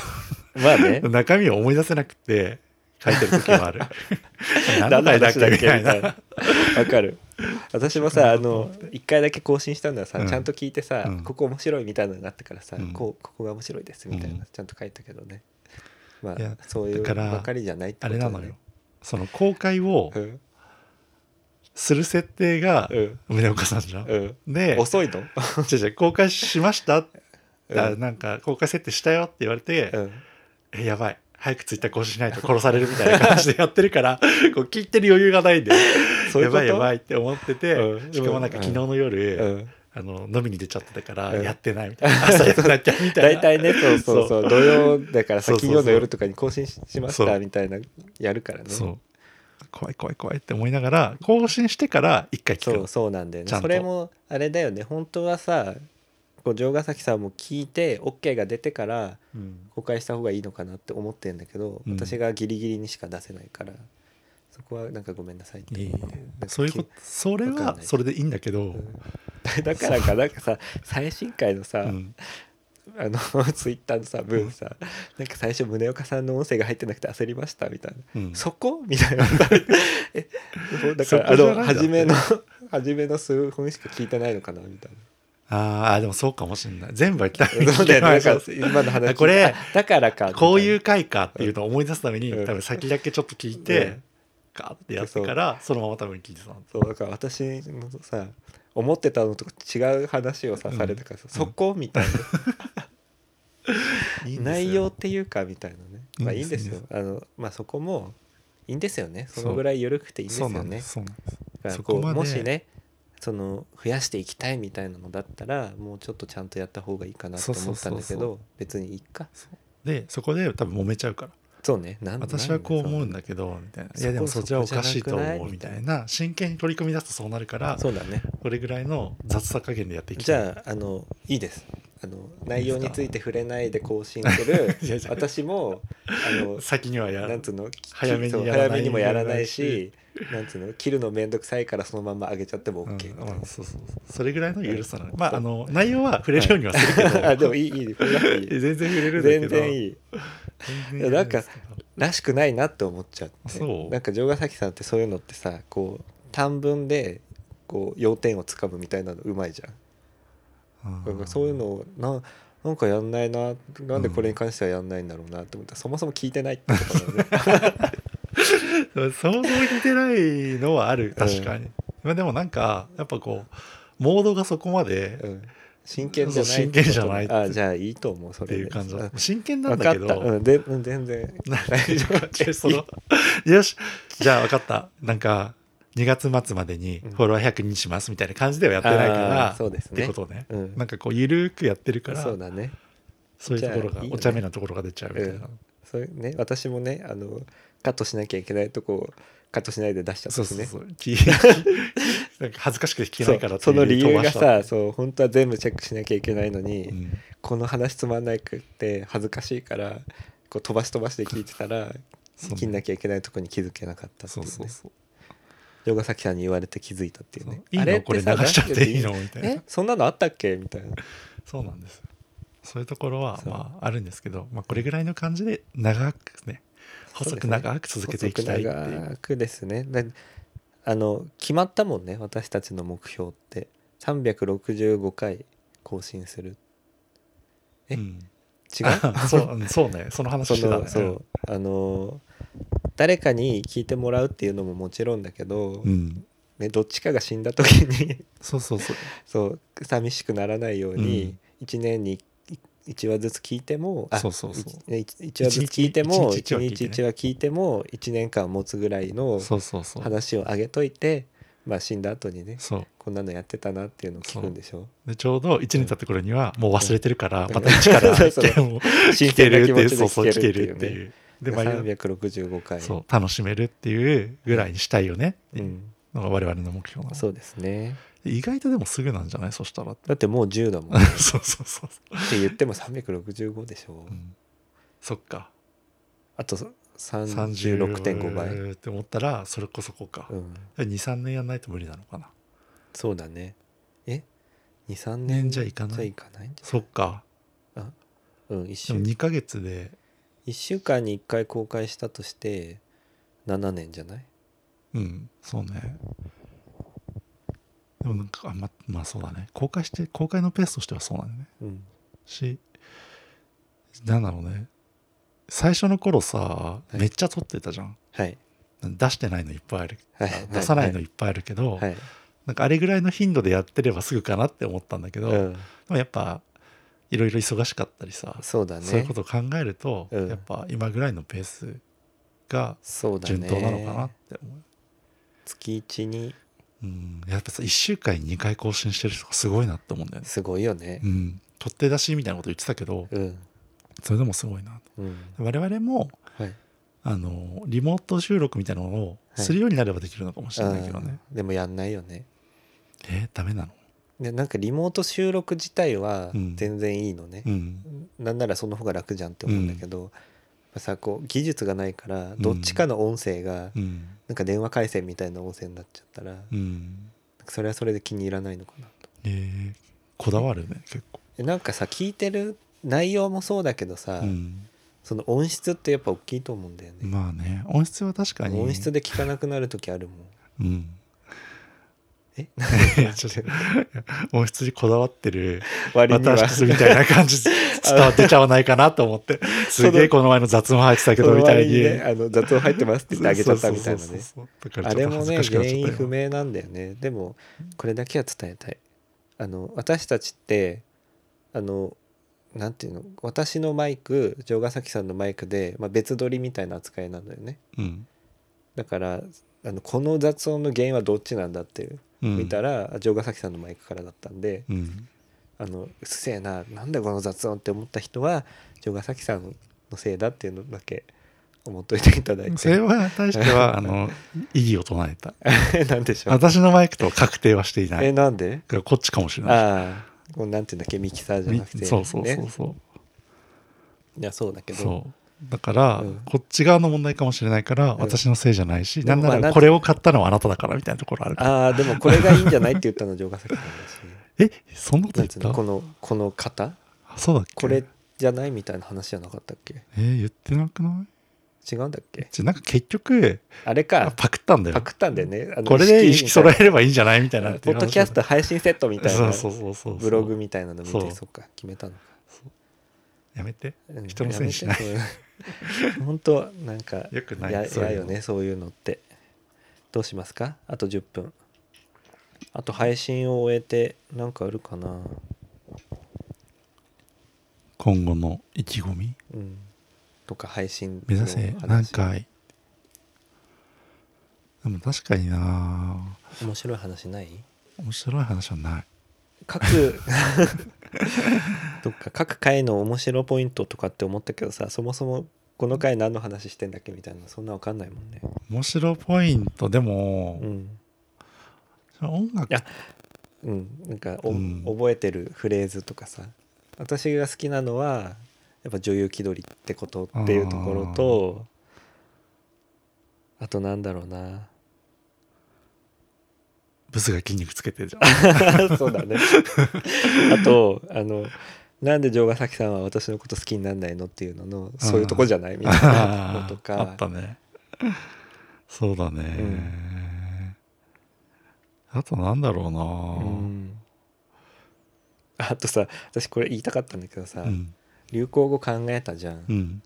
[SPEAKER 2] まあね
[SPEAKER 1] 中身を思い出せなくて書いてる時もあ る 何
[SPEAKER 2] 何の
[SPEAKER 1] 回だっ
[SPEAKER 2] 話
[SPEAKER 1] け
[SPEAKER 2] だっけ
[SPEAKER 1] み
[SPEAKER 2] み
[SPEAKER 1] た
[SPEAKER 2] た
[SPEAKER 1] いな
[SPEAKER 2] いなわかる私もさあの1回だけ更新したのはさ、
[SPEAKER 1] うん
[SPEAKER 2] ちゃんと聞いてさ、
[SPEAKER 1] うん
[SPEAKER 2] ここ面白いみたいなのがあったからさ、
[SPEAKER 1] うん
[SPEAKER 2] こうここが面白いですみたいな、
[SPEAKER 1] うん
[SPEAKER 2] ちゃんと書いたけどねまあ
[SPEAKER 1] いや
[SPEAKER 2] そういう
[SPEAKER 1] だから
[SPEAKER 2] ばかりじゃないって
[SPEAKER 1] あ
[SPEAKER 2] こと
[SPEAKER 1] れ
[SPEAKER 2] だ
[SPEAKER 1] な
[SPEAKER 2] ね
[SPEAKER 1] のよその公開を
[SPEAKER 2] うん
[SPEAKER 1] する設定が
[SPEAKER 2] うん
[SPEAKER 1] 宗岡さんじゃん、
[SPEAKER 2] うん
[SPEAKER 1] で
[SPEAKER 2] 遅いの、
[SPEAKER 1] 違う違う公開しました、
[SPEAKER 2] うん
[SPEAKER 1] あなんか公開設定したよって言われて、
[SPEAKER 2] うん
[SPEAKER 1] えやばい早くツイッター更新しないと殺されるみたいな感じでやってるから こう聞いてる余裕がないんで
[SPEAKER 2] そういう
[SPEAKER 1] やばい
[SPEAKER 2] こと
[SPEAKER 1] やばいって思ってて、
[SPEAKER 2] うん
[SPEAKER 1] しかもなんか昨日の夜、
[SPEAKER 2] うん
[SPEAKER 1] あの飲みに出ちゃってたから
[SPEAKER 2] うん
[SPEAKER 1] やってないみたいな、 朝やってなきゃみたい
[SPEAKER 2] 大
[SPEAKER 1] な
[SPEAKER 2] 体ねそうそうそう土曜だからさ
[SPEAKER 1] そうそうそう
[SPEAKER 2] 金曜の夜とかに更新ししまし
[SPEAKER 1] そう
[SPEAKER 2] たみたいなやるからね
[SPEAKER 1] そう怖い怖い怖いって思いながら更新してから一回聞
[SPEAKER 2] そう
[SPEAKER 1] く
[SPEAKER 2] そうなんだよね
[SPEAKER 1] ちゃんと
[SPEAKER 2] それもあれだよね本当はさこう城ヶ崎さんも聞いて OK が出てから
[SPEAKER 1] うん
[SPEAKER 2] 公開した方がいいのかなって思ってんだけど、
[SPEAKER 1] うん
[SPEAKER 2] 私がギリギリにしか出せないからそこはなんかごめんなさいって
[SPEAKER 1] いい
[SPEAKER 2] い
[SPEAKER 1] いう
[SPEAKER 2] なんか
[SPEAKER 1] そういうこ とそれ
[SPEAKER 2] わかん
[SPEAKER 1] は
[SPEAKER 2] ない
[SPEAKER 1] それでいいんだけど、
[SPEAKER 2] きだからかなんかさ最新回のさ、
[SPEAKER 1] うん
[SPEAKER 2] あの ツイッターのさ文さなんか最初宗岡さんの音声が入ってなくて焦りましたみたいな
[SPEAKER 1] うん
[SPEAKER 2] そこ みたいなえだか
[SPEAKER 1] そ
[SPEAKER 2] らあ
[SPEAKER 1] こじゃ
[SPEAKER 2] の
[SPEAKER 1] ないんだって
[SPEAKER 2] 初めの 初めの数分しか聞いてないのかなみたいな。
[SPEAKER 1] あーあでもそうかもしれない全部は来た
[SPEAKER 2] そうだよね、なんか今の話聞いて
[SPEAKER 1] これ
[SPEAKER 2] あだからか
[SPEAKER 1] こういう
[SPEAKER 2] う
[SPEAKER 1] 回かっていうのを思い出すために、
[SPEAKER 2] うん
[SPEAKER 1] 多分先だけちょっと聞い
[SPEAKER 2] うん
[SPEAKER 1] て、ガーってやってからそのまま多分聞いてたんだ
[SPEAKER 2] そうだから私のさ思ってたのと違う話をさ、
[SPEAKER 1] うん
[SPEAKER 2] されたからさそこみた
[SPEAKER 1] い
[SPEAKER 2] い
[SPEAKER 1] い
[SPEAKER 2] なん
[SPEAKER 1] ですよ
[SPEAKER 2] 内容っていうかみたいなねまあい
[SPEAKER 1] い
[SPEAKER 2] い
[SPEAKER 1] い
[SPEAKER 2] ん
[SPEAKER 1] ん
[SPEAKER 2] で
[SPEAKER 1] ですす
[SPEAKER 2] よあのまあそこもいいんですよね
[SPEAKER 1] そ
[SPEAKER 2] そうのぐらい緩くていいんです
[SPEAKER 1] そ
[SPEAKER 2] よ
[SPEAKER 1] うなん
[SPEAKER 2] ね
[SPEAKER 1] ですそうなんです
[SPEAKER 2] だから
[SPEAKER 1] そ
[SPEAKER 2] こ
[SPEAKER 1] こ
[SPEAKER 2] う
[SPEAKER 1] まで
[SPEAKER 2] もしねその増やしていきたいみたいなのだったらもうちょっとちゃんとやった方がいいかなと思った
[SPEAKER 1] そうそ
[SPEAKER 2] んだけ
[SPEAKER 1] うそうそ
[SPEAKER 2] ど別にいいか
[SPEAKER 1] でそこで多分揉めちゃうから
[SPEAKER 2] そうねなん
[SPEAKER 1] 私はこう思うんだけどみたいないやでも
[SPEAKER 2] そ
[SPEAKER 1] そ
[SPEAKER 2] こ
[SPEAKER 1] っちはおかしいと思う
[SPEAKER 2] そこ
[SPEAKER 1] み
[SPEAKER 2] じゃ
[SPEAKER 1] た
[SPEAKER 2] なくない
[SPEAKER 1] いな真剣に取り組み出すとそうなるから
[SPEAKER 2] そうだね
[SPEAKER 1] これぐらいの雑さ加減でやっていき
[SPEAKER 2] じ
[SPEAKER 1] たい
[SPEAKER 2] ゃああのいいですあの内容について触れないで更新する
[SPEAKER 1] いやいや
[SPEAKER 2] 私もあ の
[SPEAKER 1] 先にはや
[SPEAKER 2] なんつうのき
[SPEAKER 1] 早めに
[SPEAKER 2] そう
[SPEAKER 1] やらない
[SPEAKER 2] 早めにもやらないしなんつうの切るの面倒くさいからそのまま上げちゃっても OK
[SPEAKER 1] うんま
[SPEAKER 2] みたいな
[SPEAKER 1] あ、そうそうそうそれぐらいの許さない、まああの内容は触れるようにはするけど、
[SPEAKER 2] あでもいいいいい い
[SPEAKER 1] 全然触れるんだけ
[SPEAKER 2] 全
[SPEAKER 1] ど
[SPEAKER 2] 然いい
[SPEAKER 1] 全然
[SPEAKER 2] いやなんか
[SPEAKER 1] やるですけど
[SPEAKER 2] らしくないなって思っちゃって
[SPEAKER 1] あそう
[SPEAKER 2] なんか城ヶ崎さんってそういうのってさこう短文でこう要点をつかむみたいなのうまいじゃんなんかそういうのをななんかやんないななんでこれに関してはやんないんだろうなって思ったら、そもそも聞いてないってことだよね
[SPEAKER 1] 想像似てないのはある確かに、まあ、でもなんかやっぱこうモードがそこまで
[SPEAKER 2] うん真剣じゃない
[SPEAKER 1] そう真剣じゃない
[SPEAKER 2] あじゃあいいと思うそ
[SPEAKER 1] って
[SPEAKER 2] れで
[SPEAKER 1] いう感じだ
[SPEAKER 2] う
[SPEAKER 1] っ
[SPEAKER 2] ん
[SPEAKER 1] た真剣なん
[SPEAKER 2] 分
[SPEAKER 1] だ
[SPEAKER 2] か
[SPEAKER 1] け
[SPEAKER 2] っ
[SPEAKER 1] ど
[SPEAKER 2] た、うん、でうん全然
[SPEAKER 1] なんか違う そのよしじゃあ分かったなんか2月末までにフォロワー100人しますみたいな感じではやってないから、
[SPEAKER 2] あーそうですね
[SPEAKER 1] ってことね、
[SPEAKER 2] うん
[SPEAKER 1] なんかこうゆるくやってるから
[SPEAKER 2] そ
[SPEAKER 1] そう
[SPEAKER 2] だね
[SPEAKER 1] ういうところ
[SPEAKER 2] じ
[SPEAKER 1] が
[SPEAKER 2] ゃあいいよね
[SPEAKER 1] お茶目なところが出ちゃうみたいな、
[SPEAKER 2] うんそういうね私もねあのカットしなきゃいけないとこカットしないで出しちゃったし
[SPEAKER 1] そ
[SPEAKER 2] ね
[SPEAKER 1] うそうそう、 聞いなんか恥ずかしくて聞けないからって
[SPEAKER 2] そ
[SPEAKER 1] いう
[SPEAKER 2] その理由が
[SPEAKER 1] 飛ばした
[SPEAKER 2] さそう本当は全部チェックしなきゃいけないのに、
[SPEAKER 1] うん
[SPEAKER 2] この話つまんなくって恥ずかしいからこう飛ばし飛ばしで聞いてたら
[SPEAKER 1] そう
[SPEAKER 2] 切んなきゃいけないとこに気づけなかったってい
[SPEAKER 1] そううそう
[SPEAKER 2] ね
[SPEAKER 1] そう
[SPEAKER 2] ヨガ崎さんに言われて気づいたっていうね
[SPEAKER 1] いい
[SPEAKER 2] あれっ
[SPEAKER 1] の
[SPEAKER 2] て
[SPEAKER 1] これ流
[SPEAKER 2] さ
[SPEAKER 1] しちゃっていいの
[SPEAKER 2] 出
[SPEAKER 1] みた
[SPEAKER 2] て
[SPEAKER 1] い
[SPEAKER 2] る
[SPEAKER 1] な
[SPEAKER 2] えそんなのあったっけみたいな
[SPEAKER 1] そうなんですよそういうところは
[SPEAKER 2] そう
[SPEAKER 1] まああるんですけど、まあ、これぐらいの感じで長くね細く長く続けていきたいってい
[SPEAKER 2] 細く
[SPEAKER 1] う
[SPEAKER 2] 長くですねであの決まったもんね私たちの目標って365回更新するえ
[SPEAKER 1] うん
[SPEAKER 2] 違
[SPEAKER 1] あ
[SPEAKER 2] う
[SPEAKER 1] そううんそうねその話
[SPEAKER 2] そ
[SPEAKER 1] してた
[SPEAKER 2] の
[SPEAKER 1] ね
[SPEAKER 2] そうあの誰かに聞いてもらうっていうのももちろんだけど、
[SPEAKER 1] うん、
[SPEAKER 2] ね、どっちかが死んだ時に
[SPEAKER 1] そうそうそう
[SPEAKER 2] そう寂しくならないように、1年に1話ずつ聞いても
[SPEAKER 1] そうそうそう
[SPEAKER 2] 1, 話ずつ聞いても
[SPEAKER 1] 一日
[SPEAKER 2] 1日1話聞いても1年間持つぐらいの
[SPEAKER 1] そうそうそう
[SPEAKER 2] 話を上げといて、まあ、死んだ後にね
[SPEAKER 1] そう
[SPEAKER 2] こんなのやってたなっていうのを聞くんでしょ
[SPEAKER 1] でちょうど1年経った頃にはもう忘れてるから
[SPEAKER 2] うん
[SPEAKER 1] また一から
[SPEAKER 2] そうそう
[SPEAKER 1] もう
[SPEAKER 2] 新
[SPEAKER 1] 聞け
[SPEAKER 2] 鮮
[SPEAKER 1] る
[SPEAKER 2] な
[SPEAKER 1] っていう
[SPEAKER 2] 気持ちで
[SPEAKER 1] そうそう
[SPEAKER 2] 聞
[SPEAKER 1] 聞
[SPEAKER 2] け
[SPEAKER 1] け
[SPEAKER 2] る
[SPEAKER 1] る
[SPEAKER 2] っ
[SPEAKER 1] ってて
[SPEAKER 2] い
[SPEAKER 1] いう
[SPEAKER 2] ね
[SPEAKER 1] うで毎度
[SPEAKER 2] 365回
[SPEAKER 1] そう楽しめるっていうぐらいにしたいよねって
[SPEAKER 2] う、
[SPEAKER 1] いうんのが我々の目標なの
[SPEAKER 2] そうですね
[SPEAKER 1] 意外とでもすぐなんじゃないそしたらって
[SPEAKER 2] だってもう10だもん っ
[SPEAKER 1] そうそうそうそう、
[SPEAKER 2] て言っても365でしょ、
[SPEAKER 1] うんそっか
[SPEAKER 2] あと36.5
[SPEAKER 1] 36.5
[SPEAKER 2] 倍、
[SPEAKER 1] 倍って思ったらそれこそこか、
[SPEAKER 2] うん、
[SPEAKER 1] 23年やんないと無理なのかな
[SPEAKER 2] そうだねえ23年
[SPEAKER 1] 年じゃいかない
[SPEAKER 2] じゃいかないんじ
[SPEAKER 1] そっか
[SPEAKER 2] ゃあうん1
[SPEAKER 1] で
[SPEAKER 2] 週
[SPEAKER 1] も2ヶ月で
[SPEAKER 2] 一週間に1回公開したとして7年じゃない
[SPEAKER 1] うんそうねでもなんかあままあそうだね公開して公開のペースとしてはそうなんだよね
[SPEAKER 2] うん
[SPEAKER 1] しなんだろうね最初の頃さ、
[SPEAKER 2] い
[SPEAKER 1] めっちゃ撮ってたじゃん
[SPEAKER 2] はい
[SPEAKER 1] 出してないのいっぱいある、
[SPEAKER 2] はい
[SPEAKER 1] 出さないの
[SPEAKER 2] はい
[SPEAKER 1] っぱいあるけど、
[SPEAKER 2] はい、
[SPEAKER 1] なんかあれぐらいの頻度でやってればすぐかなって思ったんだけど、
[SPEAKER 2] う
[SPEAKER 1] で
[SPEAKER 2] ん、
[SPEAKER 1] もやっぱいろいろ忙しかったりさ
[SPEAKER 2] そうだね
[SPEAKER 1] そういうことを考えると、
[SPEAKER 2] うん
[SPEAKER 1] やっぱ今ぐらいのペースが
[SPEAKER 2] そうだね
[SPEAKER 1] 順当なのかなって思う。
[SPEAKER 2] 月1に
[SPEAKER 1] うん、やっぱさ1週間に2回更新してる人がすごいなって思うんだよね。
[SPEAKER 2] すごいよね
[SPEAKER 1] うん、取って出しみたいなこと言ってたけど
[SPEAKER 2] うん
[SPEAKER 1] それでもすごいな
[SPEAKER 2] うん
[SPEAKER 1] 我々も
[SPEAKER 2] はい
[SPEAKER 1] あのリモート収録みたいなのをするようになればできるのかもしれないけどね、
[SPEAKER 2] うんでもやんないよね
[SPEAKER 1] えーダメなの、
[SPEAKER 2] でなんかリモート収録自体は
[SPEAKER 1] うん
[SPEAKER 2] 全然いいのね、
[SPEAKER 1] うん、
[SPEAKER 2] なんならその方が楽じゃんって思うんだけど、やっぱさこう技術がないからどっちかの音声が
[SPEAKER 1] うん
[SPEAKER 2] なんか電話回線みたいな音声になっちゃったら、なん
[SPEAKER 1] うん
[SPEAKER 2] かそれはそれで気に入らないのかなと
[SPEAKER 1] えーこだわるね結構
[SPEAKER 2] えなんかさ聞いてる内容もそうだけどさ、
[SPEAKER 1] うん、
[SPEAKER 2] その音質ってやっぱ大きいと思うんだよね、
[SPEAKER 1] まあね音質は確かに
[SPEAKER 2] 音質で聞かなくなる時ある もん
[SPEAKER 1] うん
[SPEAKER 2] え
[SPEAKER 1] ちょっと音質にこだわってる
[SPEAKER 2] 割には
[SPEAKER 1] 私みたいな感 じ伝わってちゃわないかなと思ってすげえこの前の雑音入ってたけ
[SPEAKER 2] そ
[SPEAKER 1] ど
[SPEAKER 2] の
[SPEAKER 1] みたい
[SPEAKER 2] 割に
[SPEAKER 1] に
[SPEAKER 2] ねあの雑音入ってますって言ってあげちゃったみたいな
[SPEAKER 1] そう
[SPEAKER 2] ね
[SPEAKER 1] そうそうそうだから
[SPEAKER 2] あ
[SPEAKER 1] ち
[SPEAKER 2] れ
[SPEAKER 1] ょっと
[SPEAKER 2] も
[SPEAKER 1] 恥ず
[SPEAKER 2] ね
[SPEAKER 1] かしくな
[SPEAKER 2] 原
[SPEAKER 1] っちゃっ
[SPEAKER 2] 因
[SPEAKER 1] た
[SPEAKER 2] 不
[SPEAKER 1] よ
[SPEAKER 2] 明なんだよねでもこれだけは伝えたいあの私たちってあのなんていうの私のマイク城ヶ崎さんのマイクで、まあ、別撮りみたいな扱いなんだよね
[SPEAKER 1] うん
[SPEAKER 2] だからあのこの雑音の原因はどっちなんだっていう、
[SPEAKER 1] うん
[SPEAKER 2] 見たら城ヶ崎さんのマイクからだったんで
[SPEAKER 1] うん
[SPEAKER 2] あのうっせえななんだこの雑音って思った人は城ヶ崎さんのせいだっていうのだけ思っといていただい
[SPEAKER 1] それ
[SPEAKER 2] て
[SPEAKER 1] は対してはあの異議を唱えた
[SPEAKER 2] なんでしょう
[SPEAKER 1] 私のマイクとは確定はしていない
[SPEAKER 2] えなんで
[SPEAKER 1] だからこっちかもしれない
[SPEAKER 2] ああこうなんていうんだっけミキサーじゃなくて、ね、
[SPEAKER 1] そうそうそうそう
[SPEAKER 2] いやそうだけど
[SPEAKER 1] そうだから、
[SPEAKER 2] うん
[SPEAKER 1] こっち側の問題かもしれないから、
[SPEAKER 2] ん
[SPEAKER 1] 私のせいじゃないし、
[SPEAKER 2] でもまあ
[SPEAKER 1] なんな
[SPEAKER 2] な
[SPEAKER 1] ら
[SPEAKER 2] ん
[SPEAKER 1] これを買ったのはあなただからみたいなところあるから
[SPEAKER 2] ああでもこれがいいんじゃないって言ったの城 ヶ崎さんだし
[SPEAKER 1] えそんなこと言
[SPEAKER 2] なん
[SPEAKER 1] っ
[SPEAKER 2] つうの
[SPEAKER 1] た
[SPEAKER 2] このこの型
[SPEAKER 1] あそうだっけ
[SPEAKER 2] これじゃないみたいな話じゃなかったっけ
[SPEAKER 1] えー言ってなくない
[SPEAKER 2] 違うんだっけ
[SPEAKER 1] じゃなんか結局
[SPEAKER 2] あれか
[SPEAKER 1] パクったんだよ
[SPEAKER 2] パクったんだよねあの
[SPEAKER 1] これで意識揃え
[SPEAKER 2] み
[SPEAKER 1] ればいいんじゃないみた
[SPEAKER 2] た
[SPEAKER 1] い
[SPEAKER 2] い
[SPEAKER 1] な
[SPEAKER 2] なポッドキャスト配信セットみ
[SPEAKER 1] み
[SPEAKER 2] たいな
[SPEAKER 1] そうそうそうそう
[SPEAKER 2] ブログみたいなの見て
[SPEAKER 1] そ
[SPEAKER 2] そううか決めたのか、
[SPEAKER 1] やめて
[SPEAKER 2] うん
[SPEAKER 1] 人のせいにしない
[SPEAKER 2] やめてそう本当なんか
[SPEAKER 1] よくない
[SPEAKER 2] や
[SPEAKER 1] そういう
[SPEAKER 2] や
[SPEAKER 1] の
[SPEAKER 2] よねそういうのってどうしますかあと10分あと配信を終えてなんかあるかな
[SPEAKER 1] 今後の意気込み
[SPEAKER 2] うんとか配信
[SPEAKER 1] 目指せ
[SPEAKER 2] の話
[SPEAKER 1] 何回でも確かにな
[SPEAKER 2] 面白い話ない
[SPEAKER 1] 面白い話はない
[SPEAKER 2] 各どっか各回の面白ポイントとかって思ったけどさそもそもこの回何の話してんだっけみたいなそんなわかんないもんね
[SPEAKER 1] 面白ポイントでも
[SPEAKER 2] う、ん
[SPEAKER 1] 音楽
[SPEAKER 2] いやうん、なんかお、
[SPEAKER 1] うん
[SPEAKER 2] 覚えてるフレーズとかさ私が好きなのはやっぱ女優気取りってことっていうところとあとなんだろうな
[SPEAKER 1] ブスが筋肉つけてるじゃん
[SPEAKER 2] そうだねあとあのなんで城ヶ崎さんは私のこと好きになんないのっていうののそういうとこじゃないみたいなのと
[SPEAKER 1] あーあ
[SPEAKER 2] か
[SPEAKER 1] ったねそうだね、あとなんだろうな
[SPEAKER 2] うんあとさ私これ言いたかったんだけどさ、
[SPEAKER 1] うん
[SPEAKER 2] 流行語考えたじゃん、
[SPEAKER 1] うん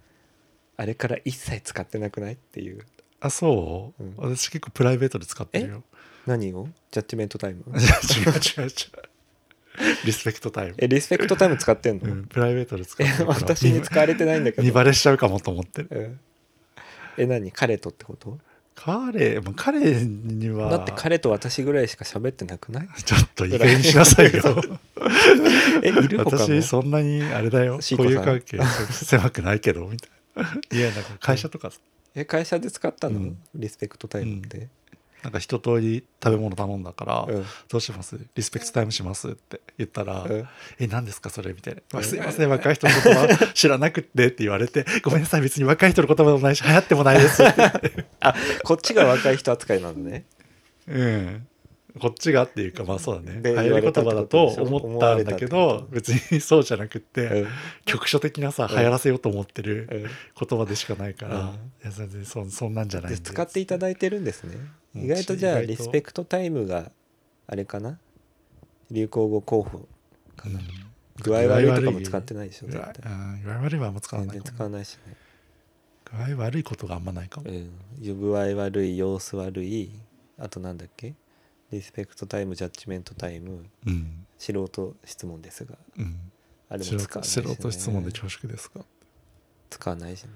[SPEAKER 2] あれから一切使ってなくないっていう
[SPEAKER 1] あそう、
[SPEAKER 2] うん
[SPEAKER 1] 私結構プライベートで使ってるよ
[SPEAKER 2] 何をジャッジメントタイム
[SPEAKER 1] 違う違う違う違うリスペクトタイム、
[SPEAKER 2] えリスペクトタイム使ってんの、
[SPEAKER 1] うん、プライベートで使っ
[SPEAKER 2] え
[SPEAKER 1] てる から
[SPEAKER 2] 私に
[SPEAKER 1] 見
[SPEAKER 2] 使われてないんだけ
[SPEAKER 1] 見
[SPEAKER 2] ど、
[SPEAKER 1] バレしちゃうかもと思ってる
[SPEAKER 2] うん、え何彼とってこと
[SPEAKER 1] 彼も彼には
[SPEAKER 2] だって彼と私ぐらいしか喋ってなくない
[SPEAKER 1] ちょっといい加減にしなさい よ
[SPEAKER 2] えいる他も
[SPEAKER 1] 私そんなにあれだよ
[SPEAKER 2] シーコ
[SPEAKER 1] こう
[SPEAKER 2] さ
[SPEAKER 1] い
[SPEAKER 2] ん
[SPEAKER 1] う関係狭くないけどみたいないやなんか会社とか
[SPEAKER 2] え会社で使ったの、
[SPEAKER 1] うん
[SPEAKER 2] リスペクトタイムって、
[SPEAKER 1] なんか一通り食べ物頼んだから、
[SPEAKER 2] うん
[SPEAKER 1] どうしますリスペクトタイムしますって言ったら、
[SPEAKER 2] うん
[SPEAKER 1] え何ですかそれみたいな、
[SPEAKER 2] うん
[SPEAKER 1] すいません若い人の言葉知らなくてって言われてごめんなさい別に若い人の言葉でもないし流行ってもないですって
[SPEAKER 2] あこっちが若い人扱いなのね
[SPEAKER 1] うんこっちがっていうかまあそうだね
[SPEAKER 2] で
[SPEAKER 1] 流行り言葉だと
[SPEAKER 2] 言われたってことでしょ
[SPEAKER 1] 思ったんだけ
[SPEAKER 2] 思われた
[SPEAKER 1] ど
[SPEAKER 2] ってこと
[SPEAKER 1] 別に そうじゃなくって、
[SPEAKER 2] うん、
[SPEAKER 1] 局所的なさ
[SPEAKER 2] うん
[SPEAKER 1] 流行らせようと思って
[SPEAKER 2] う
[SPEAKER 1] る
[SPEAKER 2] ん
[SPEAKER 1] 言葉でしかないから、
[SPEAKER 2] うん
[SPEAKER 1] いや全然そそんなんじゃないん
[SPEAKER 2] で
[SPEAKER 1] で
[SPEAKER 2] 使っていただいてるんですね
[SPEAKER 1] うん
[SPEAKER 2] 意外とじゃあ
[SPEAKER 1] 意外
[SPEAKER 2] リ
[SPEAKER 1] と
[SPEAKER 2] スペクトタイムがあれかな流行語候補かな、具合悪いとかも使ってないでしょ
[SPEAKER 1] 具
[SPEAKER 2] 絶
[SPEAKER 1] 合
[SPEAKER 2] 対
[SPEAKER 1] うん具合悪いはあんま使わ
[SPEAKER 2] 全
[SPEAKER 1] ない
[SPEAKER 2] 然
[SPEAKER 1] かも
[SPEAKER 2] 使わないしね
[SPEAKER 1] 具合悪いことがあんまないかも、
[SPEAKER 2] うん、具合悪い様子悪いあとなんだっけリスペクトタイムジャッジメントタイム
[SPEAKER 1] うん
[SPEAKER 2] 素人質問ですが
[SPEAKER 1] うん、
[SPEAKER 2] あれも
[SPEAKER 1] 素
[SPEAKER 2] 使
[SPEAKER 1] 人
[SPEAKER 2] わないし、ね、
[SPEAKER 1] 素人質問で恐縮ですか
[SPEAKER 2] 使わないしね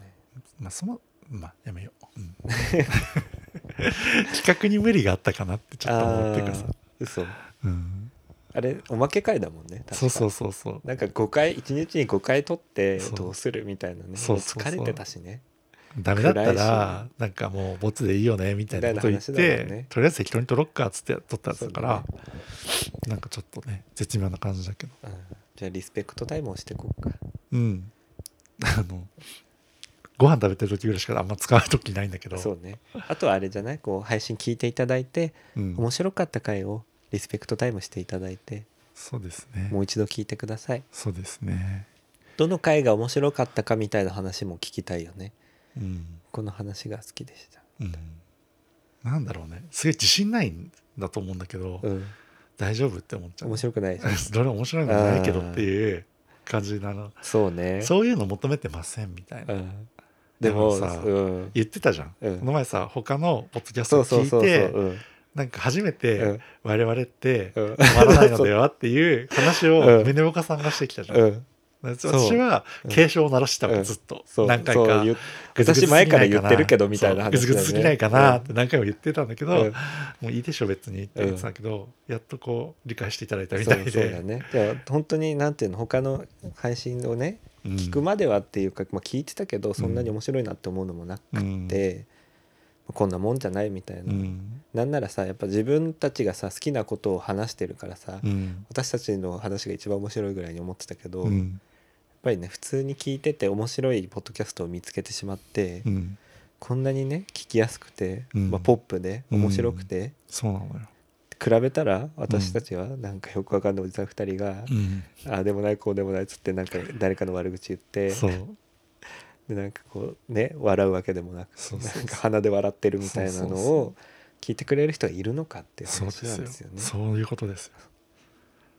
[SPEAKER 1] まあそのまあやめよう、うん企画に無理があったかなってちょっと思ってくださ
[SPEAKER 2] あー嘘
[SPEAKER 1] い、うん、
[SPEAKER 2] あれおまけ会だもんね確か
[SPEAKER 1] そうそうそうそう
[SPEAKER 2] なんか5回1日に5回取って
[SPEAKER 1] そう
[SPEAKER 2] どうするみたいなね
[SPEAKER 1] そうそうそう
[SPEAKER 2] も疲れてたしね
[SPEAKER 1] ダメだった
[SPEAKER 2] 暗
[SPEAKER 1] らなんかもうボツでいいよねみたいなこと言っ
[SPEAKER 2] みたい
[SPEAKER 1] て、
[SPEAKER 2] な話だもんね
[SPEAKER 1] とりあえず適当に取ろっかっつって取ったやつだから
[SPEAKER 2] そう
[SPEAKER 1] なんかちょっとね絶妙な感じだけど
[SPEAKER 2] うんじゃあリスペクトタイムをしてこうか
[SPEAKER 1] うんあのご飯食べてる時ぐらいしかあんま使う時ないんだけど
[SPEAKER 2] そうねあとはあれじゃないこう配信聞いていただいて
[SPEAKER 1] うん
[SPEAKER 2] 面白かった回をリスペクトタイムしていただいて
[SPEAKER 1] そうですね
[SPEAKER 2] もう一度聞いてください
[SPEAKER 1] そうですね。
[SPEAKER 2] どの回が面白かったかみたいな話も聞きたいよね
[SPEAKER 1] うん
[SPEAKER 2] この話が好きでした
[SPEAKER 1] うん、なんだろうねすげえ自信ないんだと思うんだけど、
[SPEAKER 2] うん
[SPEAKER 1] 大丈夫って思っちゃう
[SPEAKER 2] 面白くな いでしょ
[SPEAKER 1] どれ面白いのないけどっていう感じなの
[SPEAKER 2] そうね
[SPEAKER 1] そういうの求めてませんみたいな、
[SPEAKER 2] うんでも
[SPEAKER 1] でもさ
[SPEAKER 2] うん
[SPEAKER 1] 言ってたじゃん、
[SPEAKER 2] うん
[SPEAKER 1] この前さ他のポッドキャスト
[SPEAKER 2] そ
[SPEAKER 1] を
[SPEAKER 2] うそ
[SPEAKER 1] 聞
[SPEAKER 2] う
[SPEAKER 1] い
[SPEAKER 2] そうそう
[SPEAKER 1] て
[SPEAKER 2] うん
[SPEAKER 1] なんか初め
[SPEAKER 2] う
[SPEAKER 1] て
[SPEAKER 2] ん
[SPEAKER 1] 我々って
[SPEAKER 2] うん
[SPEAKER 1] 止まらない のではっていう話
[SPEAKER 2] う
[SPEAKER 1] を
[SPEAKER 2] ん
[SPEAKER 1] メネオカさんがしてきたじゃん、
[SPEAKER 2] うんう
[SPEAKER 1] 私は警鐘を鳴らしてたもん、
[SPEAKER 2] うん
[SPEAKER 1] ずっと
[SPEAKER 2] そう
[SPEAKER 1] 何回
[SPEAKER 2] そう
[SPEAKER 1] か
[SPEAKER 2] 言う
[SPEAKER 1] グズグズ
[SPEAKER 2] 私前から言ってるけどみたいな
[SPEAKER 1] そうグ
[SPEAKER 2] 話
[SPEAKER 1] ズ
[SPEAKER 2] だ
[SPEAKER 1] グ
[SPEAKER 2] よね
[SPEAKER 1] ズすぎないかなって何回も言ってたんだけど、
[SPEAKER 2] うん
[SPEAKER 1] もういいでしょ別にって言ってたけど、やっとこう理解していただいたみたいで
[SPEAKER 2] そうそうだねいや本当になんていうの他の配信をね
[SPEAKER 1] うん
[SPEAKER 2] 聞くまではっていうか、まあ、聞いてたけどそんなに面白いなって思うのもなくて、こんなもんじゃないみたいな、
[SPEAKER 1] うん
[SPEAKER 2] なんならさやっぱ自分たちがさ好きなことを話してるからさ、
[SPEAKER 1] うん
[SPEAKER 2] 私たちの話が一番面白いぐらいに思ってたけど、
[SPEAKER 1] う
[SPEAKER 2] や
[SPEAKER 1] ん
[SPEAKER 2] っぱりね普通に聞いてて面白いポッドキャストを見つけてしまって、
[SPEAKER 1] うん
[SPEAKER 2] こんなにね聞きやすくて、
[SPEAKER 1] うん
[SPEAKER 2] まあ、ポップで
[SPEAKER 1] うん
[SPEAKER 2] 面白くて、
[SPEAKER 1] そうなのよ、
[SPEAKER 2] 比べたら私たちはなんかよくわかんないおじさん2人が
[SPEAKER 1] う、ん、
[SPEAKER 2] ああでもないこうでもないっつって なんか誰かの悪口言って
[SPEAKER 1] そう
[SPEAKER 2] でなんかこうね笑うわけでもなく
[SPEAKER 1] そうそうそう
[SPEAKER 2] なんか鼻で笑ってるみたいな
[SPEAKER 1] そ
[SPEAKER 2] の
[SPEAKER 1] うそうそ
[SPEAKER 2] を聞いてくれる人がいるのかっていう
[SPEAKER 1] そうで
[SPEAKER 2] 話なんです
[SPEAKER 1] す
[SPEAKER 2] よ
[SPEAKER 1] よ
[SPEAKER 2] ね。
[SPEAKER 1] そういうことですよ、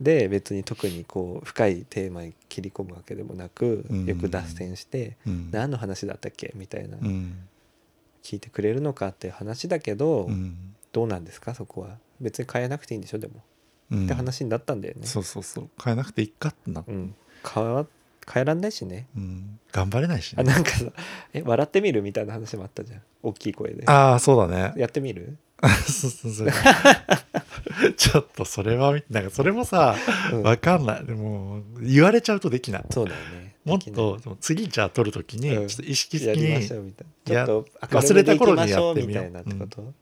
[SPEAKER 2] で別に特にこう深いテーマに切り込むわけでもなく
[SPEAKER 1] うん
[SPEAKER 2] よく脱線して
[SPEAKER 1] うん、
[SPEAKER 2] 何の話だったっけみたいな
[SPEAKER 1] うん
[SPEAKER 2] 聞いてくれるのかっていう話だけど
[SPEAKER 1] うん
[SPEAKER 2] どうなんですかそこは別に変えなくていいんでしょでも
[SPEAKER 1] うん
[SPEAKER 2] って話になったんだよね。
[SPEAKER 1] そうそうそう変えなくていいかってなって、
[SPEAKER 2] う
[SPEAKER 1] うん
[SPEAKER 2] ん変わ変えらんないしね
[SPEAKER 1] 頑張れないし、
[SPEAKER 2] あ
[SPEAKER 1] ね、
[SPEAKER 2] なんかさ「え笑ってみる?」みたいな話もあったじゃん大きい声で
[SPEAKER 1] ああそうだね
[SPEAKER 2] やってみる、
[SPEAKER 1] そうそうそうちょっとそれはなんかそれもさ
[SPEAKER 2] うん
[SPEAKER 1] わかんないでも言われちゃうとできない
[SPEAKER 2] そうだよね
[SPEAKER 1] もっ
[SPEAKER 2] でき
[SPEAKER 1] とでも次じゃあ撮るときに
[SPEAKER 2] うん
[SPEAKER 1] ちょっと意識的
[SPEAKER 2] ないやりま
[SPEAKER 1] に
[SPEAKER 2] しょうみたい
[SPEAKER 1] い
[SPEAKER 2] な
[SPEAKER 1] や
[SPEAKER 2] ちょっと
[SPEAKER 1] 忘れた頃にやって
[SPEAKER 2] 明るめでいきましょ
[SPEAKER 1] みよう
[SPEAKER 2] うみたいなってこと、